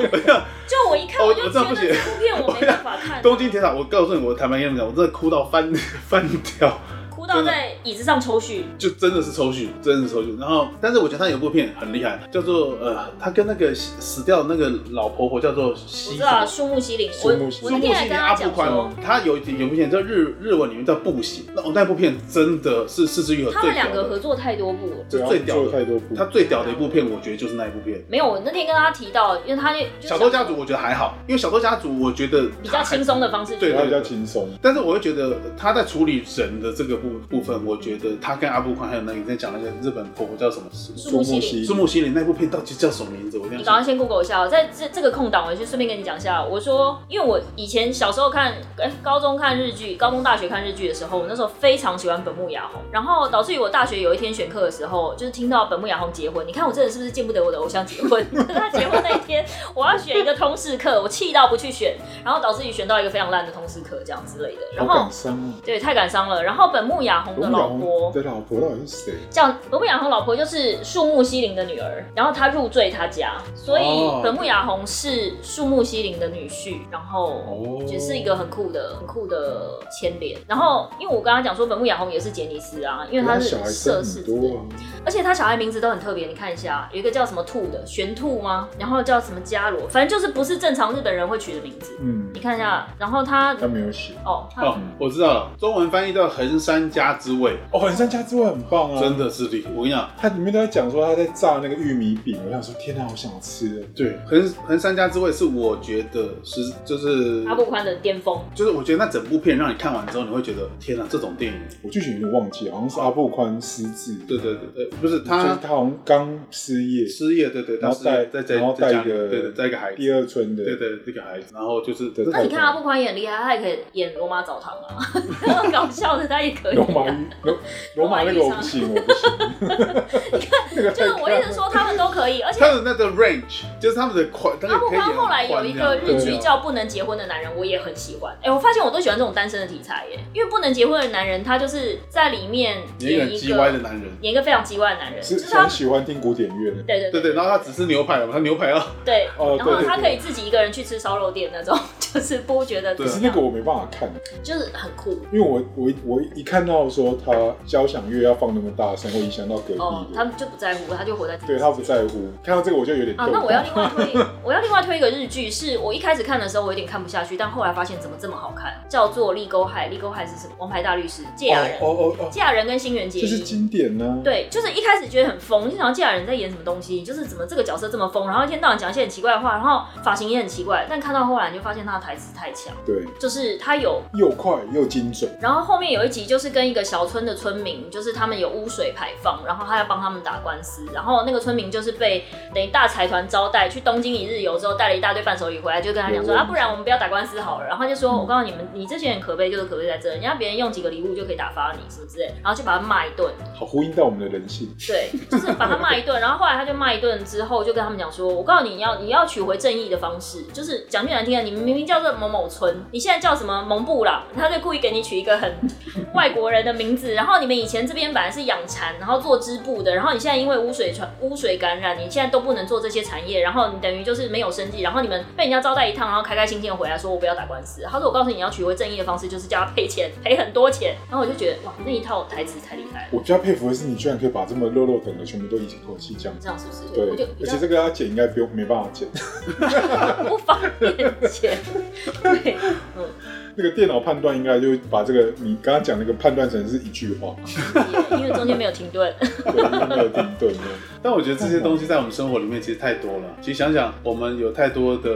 [SPEAKER 2] 就我一看
[SPEAKER 1] 哦
[SPEAKER 2] 我就
[SPEAKER 1] 我
[SPEAKER 2] 觉
[SPEAKER 1] 真的不
[SPEAKER 2] 得这部片我没办法 看，啊
[SPEAKER 1] 东京铁塔，我告诉你，我台湾跟你讲，我真的哭到翻 翻掉，
[SPEAKER 2] 哭到在椅子上抽搐。
[SPEAKER 1] 就真的是抽血，真的是抽血。然后，但是我觉得他有部片很厉害，叫做呃，他跟那个死掉的那个老婆婆叫做
[SPEAKER 2] 我
[SPEAKER 1] 西
[SPEAKER 2] 知道啊树木希林，我
[SPEAKER 3] 树木希林
[SPEAKER 2] 我
[SPEAKER 1] 中
[SPEAKER 2] 那
[SPEAKER 1] 国
[SPEAKER 2] 天
[SPEAKER 1] 戏
[SPEAKER 2] 还
[SPEAKER 1] 里
[SPEAKER 2] 跟他
[SPEAKER 1] 阿布
[SPEAKER 2] 讲
[SPEAKER 1] 宽
[SPEAKER 2] 说
[SPEAKER 1] 哦，，他有一有部片叫日日文里面叫步行，那哦我那部片真的是四肢愈合
[SPEAKER 2] 他
[SPEAKER 1] 最
[SPEAKER 2] 们
[SPEAKER 1] 屌
[SPEAKER 2] 两个合
[SPEAKER 1] 的，
[SPEAKER 2] 作太多部了。
[SPEAKER 1] 是
[SPEAKER 3] 对
[SPEAKER 1] 最屌
[SPEAKER 3] 他们做了
[SPEAKER 1] 的
[SPEAKER 3] 太多部，
[SPEAKER 1] 他最屌的一部片，我觉得就是那一部片。
[SPEAKER 2] 没有，我那天跟他提到，因为他就就
[SPEAKER 1] 小偷家族我觉得还好，因为小偷家族我觉得
[SPEAKER 2] 比较轻松的方式去
[SPEAKER 1] 对
[SPEAKER 3] 他比较轻松，
[SPEAKER 1] 但是我会觉得他在处理人的这个部部分，我觉得他跟阿布宽还有那个你在讲那个日本婆婆叫什么？
[SPEAKER 2] 树木希林
[SPEAKER 1] 树木希林那部片到底叫什么名字？我一定
[SPEAKER 2] 你
[SPEAKER 1] 要
[SPEAKER 2] 赶快
[SPEAKER 1] 想。
[SPEAKER 2] 先 Google 一下哦，在这这个空档，我就顺便跟你讲一下。我说，因为我以前小时候看，哎、高中看日剧，高中大学看日剧的时候，我那时候非常喜欢本木雅弘，然后导致于我大学有一天选课的时候，就是听到本木雅弘结婚，你看我真的是不是见不得我的偶像 结婚？他结婚那一天，我要选一个通识课，我气到不去选，然后导致于选到一个非常烂的通识课这样之类的。然
[SPEAKER 3] 好
[SPEAKER 2] 后
[SPEAKER 3] 感伤啊。
[SPEAKER 2] 对，太感伤了。然后本木雅弘的老婆
[SPEAKER 3] 的老婆到底是谁？
[SPEAKER 2] 叫本木雅弘老婆就是树木希林的女儿，然后她入赘他家，所
[SPEAKER 1] 哦
[SPEAKER 2] 以本木雅弘是树木希林的女婿，然后
[SPEAKER 3] 哦
[SPEAKER 2] 也是一个很酷的、很酷的牵连。然后因为我刚刚讲说本木雅弘也是杰尼斯啊，因为他
[SPEAKER 3] 他
[SPEAKER 2] 是
[SPEAKER 3] 小孩
[SPEAKER 2] 涉
[SPEAKER 3] 生
[SPEAKER 2] 世
[SPEAKER 3] 很
[SPEAKER 2] 之
[SPEAKER 3] 多
[SPEAKER 2] 类
[SPEAKER 3] 啊，
[SPEAKER 2] 而且他小孩名字都很特别，你看一下，有一个叫什么兔的玄兔吗？然后叫什么伽罗，反正就是不是正常日本人会取的名字。
[SPEAKER 3] 嗯
[SPEAKER 2] 你，看一下，然后他
[SPEAKER 3] 他没有写。
[SPEAKER 2] 哦，他
[SPEAKER 1] 哦，我知道了，中文翻译叫《横山家之味
[SPEAKER 3] 哦，横山家之味很棒》，啊，
[SPEAKER 1] 真。的是厉。我跟你讲，
[SPEAKER 3] 它里面都在讲说他在炸那个玉米饼，我想说天哪，好想吃。
[SPEAKER 1] 对，横横山家之味是我觉得是就是
[SPEAKER 2] 阿布宽的巅峰。
[SPEAKER 1] 就是我觉得那整部片让你看完之后，你会觉得天哪，这种电影，
[SPEAKER 3] 我剧情有点忘记，好像是阿布宽失智，
[SPEAKER 1] 对对对，呃，不是
[SPEAKER 3] 就是
[SPEAKER 1] 他
[SPEAKER 3] 他好像刚失业，
[SPEAKER 1] 失业，对对，
[SPEAKER 3] 然
[SPEAKER 1] 他
[SPEAKER 3] 后
[SPEAKER 1] 失业
[SPEAKER 3] 带
[SPEAKER 1] 在在
[SPEAKER 3] 然后
[SPEAKER 1] 在
[SPEAKER 3] 带
[SPEAKER 1] 家
[SPEAKER 3] 一
[SPEAKER 1] 里，
[SPEAKER 3] 个
[SPEAKER 1] 对对，带一个孩
[SPEAKER 3] 第
[SPEAKER 1] 子，
[SPEAKER 3] 二春的，
[SPEAKER 1] 对对，这个孩子，然后就是
[SPEAKER 3] 对
[SPEAKER 2] 那你看阿布宽也很厉害，他也可以演罗马澡堂啊， 搞笑的他也可以、
[SPEAKER 3] 罗马
[SPEAKER 2] 啊。
[SPEAKER 3] 浴，罗罗马那个我不行，我不行。那个太
[SPEAKER 2] 就是我一直说他们都可以，而且
[SPEAKER 1] 他的那个 range 就是他们的宽，他
[SPEAKER 2] 阿布
[SPEAKER 1] 可以
[SPEAKER 2] 宽
[SPEAKER 1] 演
[SPEAKER 2] 后来有一个
[SPEAKER 1] 宽这样
[SPEAKER 2] 日剧叫《不能结婚的男人》，我也很喜欢。哎、我发现我都喜欢这种单身的题材耶，因为不能结婚的男人，他就是在里面
[SPEAKER 1] 演一个
[SPEAKER 2] 演
[SPEAKER 1] 很
[SPEAKER 2] 一
[SPEAKER 1] 鸡歪的
[SPEAKER 2] 个
[SPEAKER 1] 男人。
[SPEAKER 2] 演一个非常奇怪的男 人，就是是他
[SPEAKER 3] 很。喜欢听古典乐，
[SPEAKER 2] 对对
[SPEAKER 1] 对
[SPEAKER 2] 对
[SPEAKER 1] 对，然后他只是牛排嘛，他牛排要
[SPEAKER 2] 对，
[SPEAKER 3] 哦
[SPEAKER 2] 然后
[SPEAKER 3] 对对
[SPEAKER 2] 他
[SPEAKER 3] 对
[SPEAKER 2] 可以自己一个人去吃烧肉店那种，就是不觉得
[SPEAKER 1] 可
[SPEAKER 2] 怎
[SPEAKER 3] 可
[SPEAKER 2] 么
[SPEAKER 3] 是
[SPEAKER 2] 样，
[SPEAKER 3] 那个我没办法看，
[SPEAKER 2] 就是很酷
[SPEAKER 3] 因为我我我一看到说他交响乐要放那么大声，会影响到隔
[SPEAKER 2] 哦，
[SPEAKER 3] 壁
[SPEAKER 2] 他
[SPEAKER 3] 的，
[SPEAKER 2] 们就不在乎，他就活在自己
[SPEAKER 3] 对
[SPEAKER 2] 世
[SPEAKER 3] 他
[SPEAKER 2] 界
[SPEAKER 3] 不在乎。看到这个我就有点
[SPEAKER 2] 啊，
[SPEAKER 3] 动
[SPEAKER 2] 那
[SPEAKER 3] 摇
[SPEAKER 2] 我要另外推，我要另外推一个日剧，是我一开始看的时候我有点看不下去，但后来发现怎么这么好看，叫做《立沟害》。立沟害是什么？《王牌大律师》芥雅人，
[SPEAKER 3] 哦哦哦哦，
[SPEAKER 2] 芥雅人跟新垣结
[SPEAKER 3] 这是
[SPEAKER 2] 衣。
[SPEAKER 3] 经典呢。
[SPEAKER 2] 对，就是一开始觉得很疯，你想要芥雅人在演什么东西？就是怎么这个角色这么疯，然后一天到晚讲一些很奇怪的话，然后发型也很奇怪。但看到后来，你就发现他的台词太强，
[SPEAKER 3] 对，
[SPEAKER 2] 就是他有，
[SPEAKER 3] 又快又精准。
[SPEAKER 2] 然后后面有一集就是跟跟一个小村的村民，就是他们有污水排放，然后他要帮他们打官司，然后那个村民就是被等于大财团招待去东京一日游之后，带了一大堆伴手礼回来，就跟他讲说
[SPEAKER 3] 有
[SPEAKER 2] 啊，不然我们不要打官司好了。然后他就说，我告诉你们，你这些人可悲就是可悲在这，人家别人用几个礼物就可以打发你什么之类的，然后就把他骂一顿。
[SPEAKER 3] 好呼应到我们的人性。
[SPEAKER 2] 对，就是把他骂一顿，然后后来他就骂一顿之后，就跟他们讲说：“我告诉你，你要你要取回正义的方式，就是讲句难听的，你们明明叫做某某村，你现在叫什么蒙布朗，他就故意给你取一个很外国人的名字。然后你们以前这边本来是养蚕，然后做织布的，然后你现在因为污水传污水感染，你现在都不能做这些产业，然后你等于就是没有生计，然后你们被人家招待一趟，然后开开心心地回来说我不要打官司。他说我告诉你，你要取回正义的方式就是叫他赔钱，赔很多钱。然后我就觉得哇，那一套台词太厉害了。
[SPEAKER 3] 我比较佩服的是，你居然可以把这么肉肉等的全部都一口气讲。
[SPEAKER 2] 这样是不是？
[SPEAKER 3] 对
[SPEAKER 2] 我就，比
[SPEAKER 3] 而
[SPEAKER 2] 较
[SPEAKER 3] 且这个要剪应该不用没办法剪，
[SPEAKER 2] 不方便剪。对，嗯，
[SPEAKER 3] 那个电脑判断应该就把这个你刚刚讲那个判断成是一句话，
[SPEAKER 2] 也因为中间没有停顿，
[SPEAKER 3] 对，因为没有停顿没有
[SPEAKER 1] 但我觉得这些东西在我们生活里面其实太多
[SPEAKER 2] 嗯
[SPEAKER 1] 了。其实想想，我们有太多的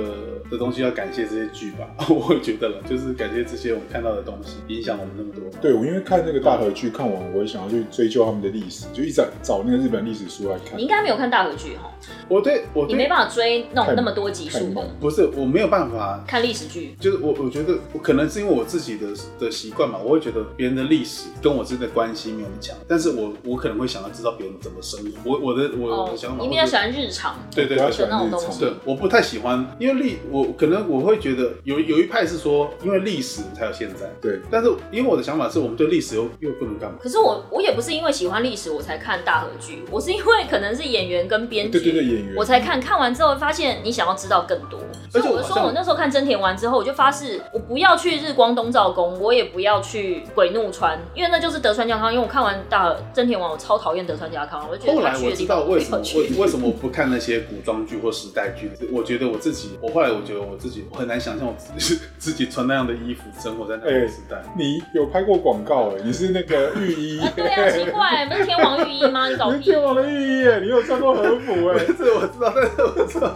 [SPEAKER 1] 的东西要感谢这些剧吧， 我觉得了，就是感谢这些我们看到的东西，影响我们那么多。
[SPEAKER 3] 对，我因为看那个大河剧，看完我也想要去追究他们的历史，就一直在找那个日本历史书来看
[SPEAKER 2] 你。应该没有看大合剧哈，
[SPEAKER 1] 我对我
[SPEAKER 2] 你没
[SPEAKER 1] 对
[SPEAKER 2] 办法追那种
[SPEAKER 3] 看
[SPEAKER 2] 那么多集
[SPEAKER 3] 看
[SPEAKER 2] 数
[SPEAKER 3] 漫
[SPEAKER 2] 的。
[SPEAKER 1] 不是我没有办法
[SPEAKER 2] 看历史剧，
[SPEAKER 1] 就是我，我觉得我可能是因为我自己的的习惯嘛，我会觉得别人的历史跟我之间的关系没有那么强，但是我我可能会想要知道别人怎么生活，我我的我的想法，
[SPEAKER 2] 哦你
[SPEAKER 1] 我
[SPEAKER 2] 比
[SPEAKER 1] 觉
[SPEAKER 2] 较
[SPEAKER 1] 得
[SPEAKER 2] 喜欢日常，
[SPEAKER 1] 对对
[SPEAKER 3] 比较
[SPEAKER 1] 对
[SPEAKER 3] 喜欢日
[SPEAKER 2] 那种东
[SPEAKER 3] 常
[SPEAKER 2] 西，
[SPEAKER 1] 对，我不太喜欢，因为历我可能我会觉得有有一派是说，因为历史才有现在，
[SPEAKER 3] 对，
[SPEAKER 1] 但是因为我的想法是我们对历史又又不能干嘛，
[SPEAKER 2] 可是我我也不是因为喜欢历史我才看大合剧，我是因为可能是演员跟编
[SPEAKER 3] 对对对，
[SPEAKER 2] 剧，
[SPEAKER 3] 演员，
[SPEAKER 2] 我才看看完之后发现你想要知道更多，所
[SPEAKER 1] 而且
[SPEAKER 2] 以我
[SPEAKER 1] 我
[SPEAKER 2] 就
[SPEAKER 1] 好
[SPEAKER 2] 说
[SPEAKER 1] 像
[SPEAKER 2] 我那时候看真田完之后，我就发誓我不要去日光东照宫，我也不要去鬼怒川，因为那就是德川家康，因为我看完大和真田完，我超讨厌德川家康，我就觉
[SPEAKER 1] 后
[SPEAKER 2] 得他
[SPEAKER 1] 来
[SPEAKER 2] 去
[SPEAKER 1] 我
[SPEAKER 2] 的
[SPEAKER 1] 知
[SPEAKER 2] 地方
[SPEAKER 1] 道为什
[SPEAKER 2] 不
[SPEAKER 1] 么
[SPEAKER 2] 要去
[SPEAKER 1] 为为什么我不看那些古装剧或时代剧，我觉得我自己，我后来我觉得我自己我很难想象我自己 自己穿那样的衣服生活在那个时代。
[SPEAKER 3] 你有拍过广告哎，你是那个御医，
[SPEAKER 2] 对啊，奇怪，不是天王御医吗？ 你搞
[SPEAKER 3] 你是
[SPEAKER 2] 屁！
[SPEAKER 3] 天王的御医哎，你有穿过和 服哎
[SPEAKER 1] 不，是我知道，但是我知道，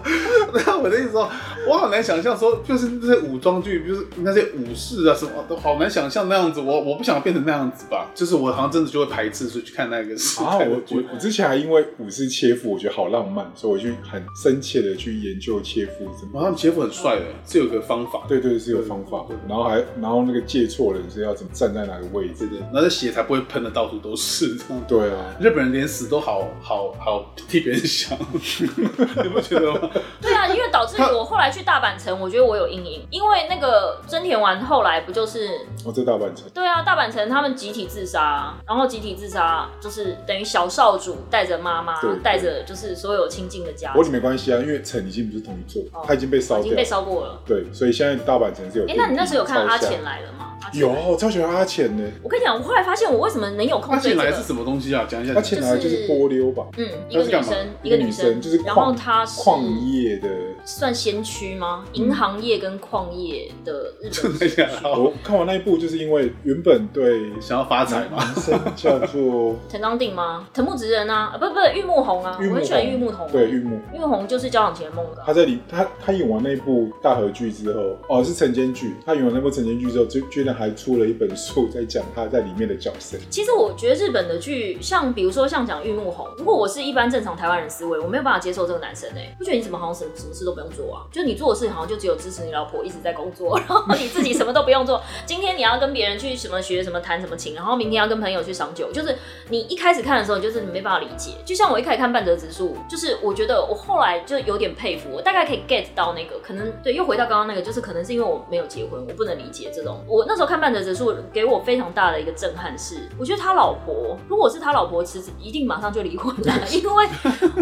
[SPEAKER 1] 但我的意思说，我好难想象说，就是那些古装剧，就是那些武士啊什么，都好难想象那样子。我我不想变成那样子吧，就是我好像真的就会排斥出去看那个时
[SPEAKER 3] 啊，
[SPEAKER 1] 代
[SPEAKER 3] 我
[SPEAKER 1] 的
[SPEAKER 3] 我
[SPEAKER 1] 剧。
[SPEAKER 3] 我之前还因为武士切腹，我觉得好浪漫，所以我去很深切的去研究切腹怎
[SPEAKER 1] 然
[SPEAKER 3] 么。
[SPEAKER 1] 后他们切腹很帅的，是有个方法，
[SPEAKER 3] 对对是有方法的，然后还然后那个借错人是要怎么站在哪个位置
[SPEAKER 1] 对？对，那血才不会喷的到处都是这样。
[SPEAKER 3] 对啊，
[SPEAKER 1] 日本人连死都好 好好替别人想， 你不觉得 吗？
[SPEAKER 2] 对啊，因为导致于我后来去大阪城，我觉得我有阴影，因为那个真田丸后来不就是
[SPEAKER 3] 我哦在大阪城，
[SPEAKER 2] 对啊，大阪城他们集体自杀，啊然后集体自杀就是等于小少主带着妈妈
[SPEAKER 3] 对对，
[SPEAKER 2] 带着就是所有亲近的家
[SPEAKER 3] 我
[SPEAKER 2] 人
[SPEAKER 3] 里没关系啊，因为城已经不是同一座
[SPEAKER 2] 哦，
[SPEAKER 3] 它已经被烧
[SPEAKER 2] 已经
[SPEAKER 3] 掉
[SPEAKER 2] 被，烧过了。
[SPEAKER 3] 对，所以现在大阪城是有。
[SPEAKER 2] 哎、那你那时候有看阿
[SPEAKER 3] 超
[SPEAKER 2] 浅
[SPEAKER 3] 像？
[SPEAKER 2] 来了吗？嗯阿浅
[SPEAKER 3] 有，啊我超喜欢阿浅的。
[SPEAKER 2] 我跟你讲，我后来发现我为什么能有空
[SPEAKER 1] 他
[SPEAKER 2] 追
[SPEAKER 1] 进
[SPEAKER 2] 这
[SPEAKER 1] 来是
[SPEAKER 2] 个。
[SPEAKER 1] 什么东西啊？讲一下。
[SPEAKER 3] 阿浅来就是波溜吧，
[SPEAKER 2] 嗯，一个
[SPEAKER 1] 他是
[SPEAKER 2] 女
[SPEAKER 1] 干
[SPEAKER 2] 生，一个女生，
[SPEAKER 3] 就是
[SPEAKER 2] 然后
[SPEAKER 3] 矿
[SPEAKER 2] 她是
[SPEAKER 3] 矿业的。
[SPEAKER 2] 算先驱吗？银行业跟矿业的日 本
[SPEAKER 1] 真的
[SPEAKER 2] 先驱
[SPEAKER 1] 假的
[SPEAKER 3] 我看完那一部，就是因为原本对
[SPEAKER 1] 想要发财吗？
[SPEAKER 3] 男生叫做
[SPEAKER 2] 藤冈定吗？藤木直人啊，啊不不，玉木宏啊，
[SPEAKER 3] 玉木
[SPEAKER 2] 我很喜欢玉木宏、
[SPEAKER 3] 对玉木，
[SPEAKER 2] 玉木宏就是交响前的梦的。
[SPEAKER 3] 他
[SPEAKER 2] 啊
[SPEAKER 3] 在里他他演完那一部大河剧之后，哦是晨间剧，他演完那部晨间剧之后，就居然还出了一本书，在讲他在里面的角色。
[SPEAKER 2] 其实我觉得日本的剧，像比如说像讲玉木宏，如果我是一般正常台湾人思维，我没有办法接受这个男生哎、欸，我觉得你怎么好像什么什么事都不用做啊？就你做的事情好像就只有支持你老婆一直在工作，然后你自己什么都不用做。今天你要跟别人去什么学什么弹什么琴，然后明天要跟朋友去赏酒，就是你一开始看的时候，就是你没办法理解。就像我一开始看《半泽直树》，就是我觉得我后来就有点佩服，我大概可以 get 到那个，可能对，又回到刚刚那个，就是可能是因为我没有结婚，我不能理解这种。我那时候看《半泽直树》，给我非常大的一个震撼是，我觉得他老婆，如果我是他老婆，其实一定马上就离婚了， 因为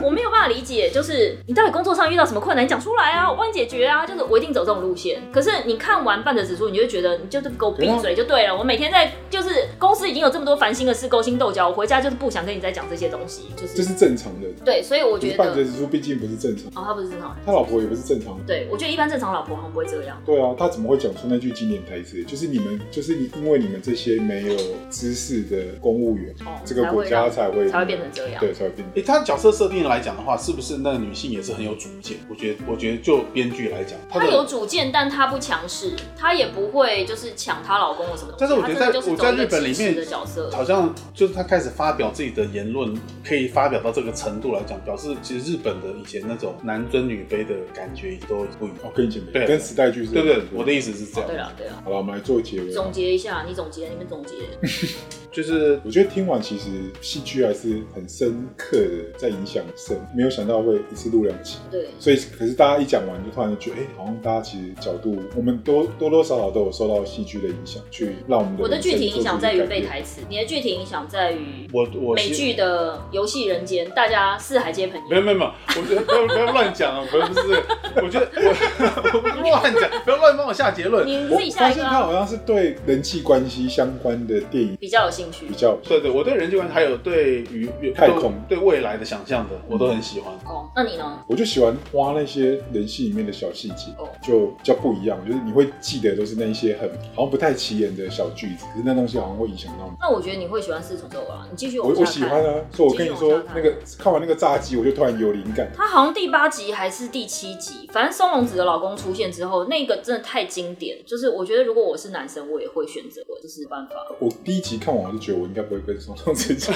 [SPEAKER 2] 我没有办法理解，就是你到底工作上遇到什么困难，你讲出来啊，我帮你解决啊，就是我一定走这种路线。可是你看完《半泽直树》，你就会觉得你就是给我闭嘴就对了。我每天在就是公司已经有这么多烦心的事勾心斗角，我回家就是不想跟你再讲这些东西，就是、
[SPEAKER 3] 这是正常的。
[SPEAKER 2] 对，所以我
[SPEAKER 3] 就是
[SPEAKER 2] 觉得
[SPEAKER 3] 半泽直树毕竟不是正常，
[SPEAKER 2] 哦，他不是正常人，
[SPEAKER 3] 他老婆也不是正常人。
[SPEAKER 2] 对我觉得一般正常老婆好像不会这样。
[SPEAKER 3] 对啊，他怎么会讲出那句经典台词？就是你们，就是你，因为你们这些没有知识的公务员，
[SPEAKER 2] 哦
[SPEAKER 3] 这个国家才会
[SPEAKER 2] 才会变成这样
[SPEAKER 3] 对，才会变成。
[SPEAKER 1] 诶，他角色设定来讲的话，是不是那个女性也是很有主见？我觉得我觉得就编剧来讲，他
[SPEAKER 2] 她
[SPEAKER 1] 的
[SPEAKER 2] 有主见，但她不强势，她也不会就是抢她老公或什么东西。
[SPEAKER 1] 但是我觉得在
[SPEAKER 2] 她真的就是
[SPEAKER 1] 我在
[SPEAKER 2] 走一个
[SPEAKER 1] 日本里
[SPEAKER 2] 支持
[SPEAKER 1] 面
[SPEAKER 2] 的角色，
[SPEAKER 1] 好像就是他开始发表自己的言论，可以发表到这个程度来讲，表示其实日本的以前那种男尊女卑的感觉都不一样
[SPEAKER 3] 哦，，跟以前
[SPEAKER 1] 对
[SPEAKER 3] 没，跟时代剧是
[SPEAKER 1] 对不对？我的意思是这样
[SPEAKER 2] 哦对，了对了，
[SPEAKER 3] 好了，我们来做结尾。啊
[SPEAKER 2] 总结一下，你总结，你们总结。
[SPEAKER 3] 嗯
[SPEAKER 1] 就是
[SPEAKER 3] 我觉得听完其实戏剧还是很深刻的在影响生，没有想到会一次录两集。
[SPEAKER 2] 对，
[SPEAKER 3] 所以，可是大家一讲完，就突然就觉得，哎、好像大家其实角度，我们多多多少少都有受到戏剧的影响，去让我们的
[SPEAKER 2] 我的具体
[SPEAKER 3] 人生
[SPEAKER 2] 影响
[SPEAKER 3] 做出
[SPEAKER 2] 在于
[SPEAKER 3] 改变
[SPEAKER 2] 背。台词，你的具体影响在于
[SPEAKER 1] 我我
[SPEAKER 2] 美剧的《游戏人间》，大家四海皆朋
[SPEAKER 1] 没有
[SPEAKER 2] 友。
[SPEAKER 1] 没有没有，我觉得不要不要乱讲啊，不是不是，我觉得我我乱讲，不要乱帮我下结论。
[SPEAKER 2] 你
[SPEAKER 3] 我
[SPEAKER 2] 自己下
[SPEAKER 3] 发
[SPEAKER 2] 一
[SPEAKER 3] 现
[SPEAKER 2] 个
[SPEAKER 3] 他
[SPEAKER 2] 啊
[SPEAKER 3] 好像是对人际关系相关的电影
[SPEAKER 2] 比较有兴趣
[SPEAKER 3] 比。较
[SPEAKER 1] 对对，我对人际关系还有对于
[SPEAKER 3] 太空
[SPEAKER 1] 对未来的想象的，我都很喜欢。
[SPEAKER 2] 哦，那你呢？
[SPEAKER 3] 我就喜欢挖那些人性里面的小细节
[SPEAKER 2] 哦，
[SPEAKER 3] 就比较不一样。就是你会记得都是那一些很好像不太起眼的小句子，可是那东西好像会影响到你。
[SPEAKER 2] 那我觉得你会喜欢四重奏啊，你继续往
[SPEAKER 3] 我
[SPEAKER 2] 下看。
[SPEAKER 3] 我喜欢啊，所以我跟你
[SPEAKER 2] 继续往
[SPEAKER 3] 说
[SPEAKER 2] 下，看
[SPEAKER 3] 那个看完那个炸鸡，我就突然有灵感。
[SPEAKER 2] 他好像第八集还是第七集，反正松隆子的老公出现之后，那个真的太经典。就是我觉得如果我是男生，我也会选择我，这是办法。
[SPEAKER 3] 我第一集看完，我就觉得我应该不会跟宋仲 基讲。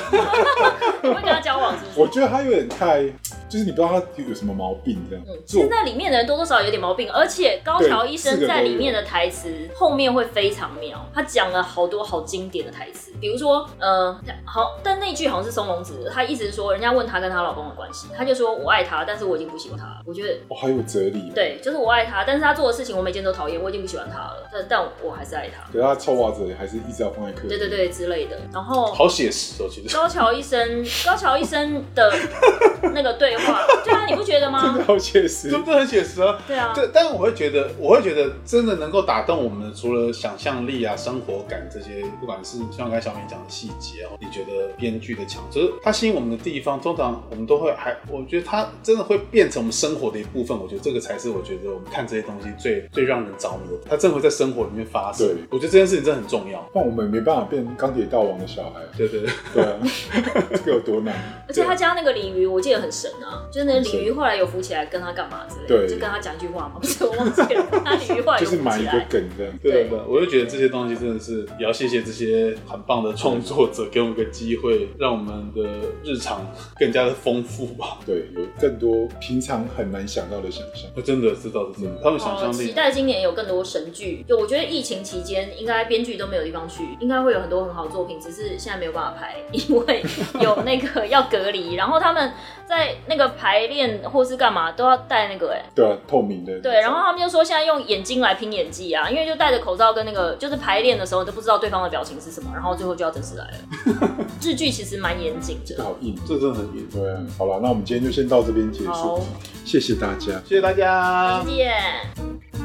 [SPEAKER 2] 你会跟他交往是不
[SPEAKER 3] 我
[SPEAKER 2] 是？
[SPEAKER 3] 觉得他有点太，就是你不知道他有什么毛病这样。
[SPEAKER 2] 嗯，
[SPEAKER 3] 就
[SPEAKER 2] 现在里面的人多多少少有点毛病，而且高桥医生在里面的台词后面会非常妙，他讲了好多好经典的台词，比如说，呃，好，但那句好像是松隆子的，他意思是说，人家问他跟她老公的关系，他就说我爱他，但是我已经不喜欢他了。我觉得
[SPEAKER 3] 哦，好有哲理。，
[SPEAKER 2] 对，就是我爱他，但是他做的事情我每件都讨厌，我已经不喜欢他了，但但我还是爱他。
[SPEAKER 3] 可是他臭袜子还是一直要放在客厅。
[SPEAKER 2] 对对 对之类的。然后
[SPEAKER 1] 好写实哦，其 实。
[SPEAKER 2] 高桥医生，高桥医生的那个对话，对啊，你不觉得
[SPEAKER 3] 真的
[SPEAKER 2] 吗？
[SPEAKER 3] 好写实
[SPEAKER 1] 对。不对？很写实啊。
[SPEAKER 2] 对啊，
[SPEAKER 1] 这，但我会觉得，我会觉得真的能够打动我们的，除了想象力啊、生活感这些，不管是像刚才小明讲的细节哦，你觉得编剧的强，就是它吸引我们的地方，通常我们都会还，我觉得它真的会变成我们生活的一部分。我觉得这个才是我觉得我们看这些东西最最让人着迷的，它真的会在生活里面发生
[SPEAKER 3] 对。
[SPEAKER 1] 我觉得这件事情真的很重要。
[SPEAKER 3] 但我们没办法变钢铁大王的小孩啊。
[SPEAKER 1] 对对对，
[SPEAKER 3] 对啊， 这个有 多难？
[SPEAKER 2] 而且他家那个鲤鱼，我记得很神啊，就是那个鲤鱼后来有浮起来跟他干嘛之类的，
[SPEAKER 3] 对
[SPEAKER 2] 就跟他讲一句话嘛，不 是我忘记了，他鲤鱼后来哦
[SPEAKER 3] 就
[SPEAKER 2] 有
[SPEAKER 3] 是
[SPEAKER 2] 浮
[SPEAKER 3] 埋
[SPEAKER 2] 起
[SPEAKER 3] 一个
[SPEAKER 2] 来。
[SPEAKER 3] 梗这样。
[SPEAKER 1] 对
[SPEAKER 2] 对
[SPEAKER 1] 的，我就觉得这些东西真的是也要谢谢这些很棒的创作者，给我们个机会，让我们的日常更加的丰富吧。
[SPEAKER 3] 对，有更多平常很难想到的想象。
[SPEAKER 1] 我真的知道是真的，他们想
[SPEAKER 2] 哦，
[SPEAKER 1] 象
[SPEAKER 2] 期
[SPEAKER 1] 力。
[SPEAKER 2] 待今年有更多神剧。就我觉得疫情期间，应该编剧都没有地方去，应该会有很多很好的作品，只是现在没有办法拍，因为有那个要隔离，然后他们在那个排练或是干嘛都要戴那个哎、
[SPEAKER 3] 对啊，透明的。
[SPEAKER 2] 对，然后他们就说现在用眼睛来拼演技啊，因为就戴着口罩跟那个就是排练的时候都不知道对方的表情是什么，然后最后就要真实来了。日剧其实蛮严谨
[SPEAKER 3] 这个
[SPEAKER 2] 的，
[SPEAKER 3] 好硬。
[SPEAKER 1] 这真的很硬。
[SPEAKER 3] 对啊，好了，那我们今天就先到这边结
[SPEAKER 2] 好
[SPEAKER 3] 束，谢谢大家。
[SPEAKER 1] 谢谢大家，
[SPEAKER 2] 再见。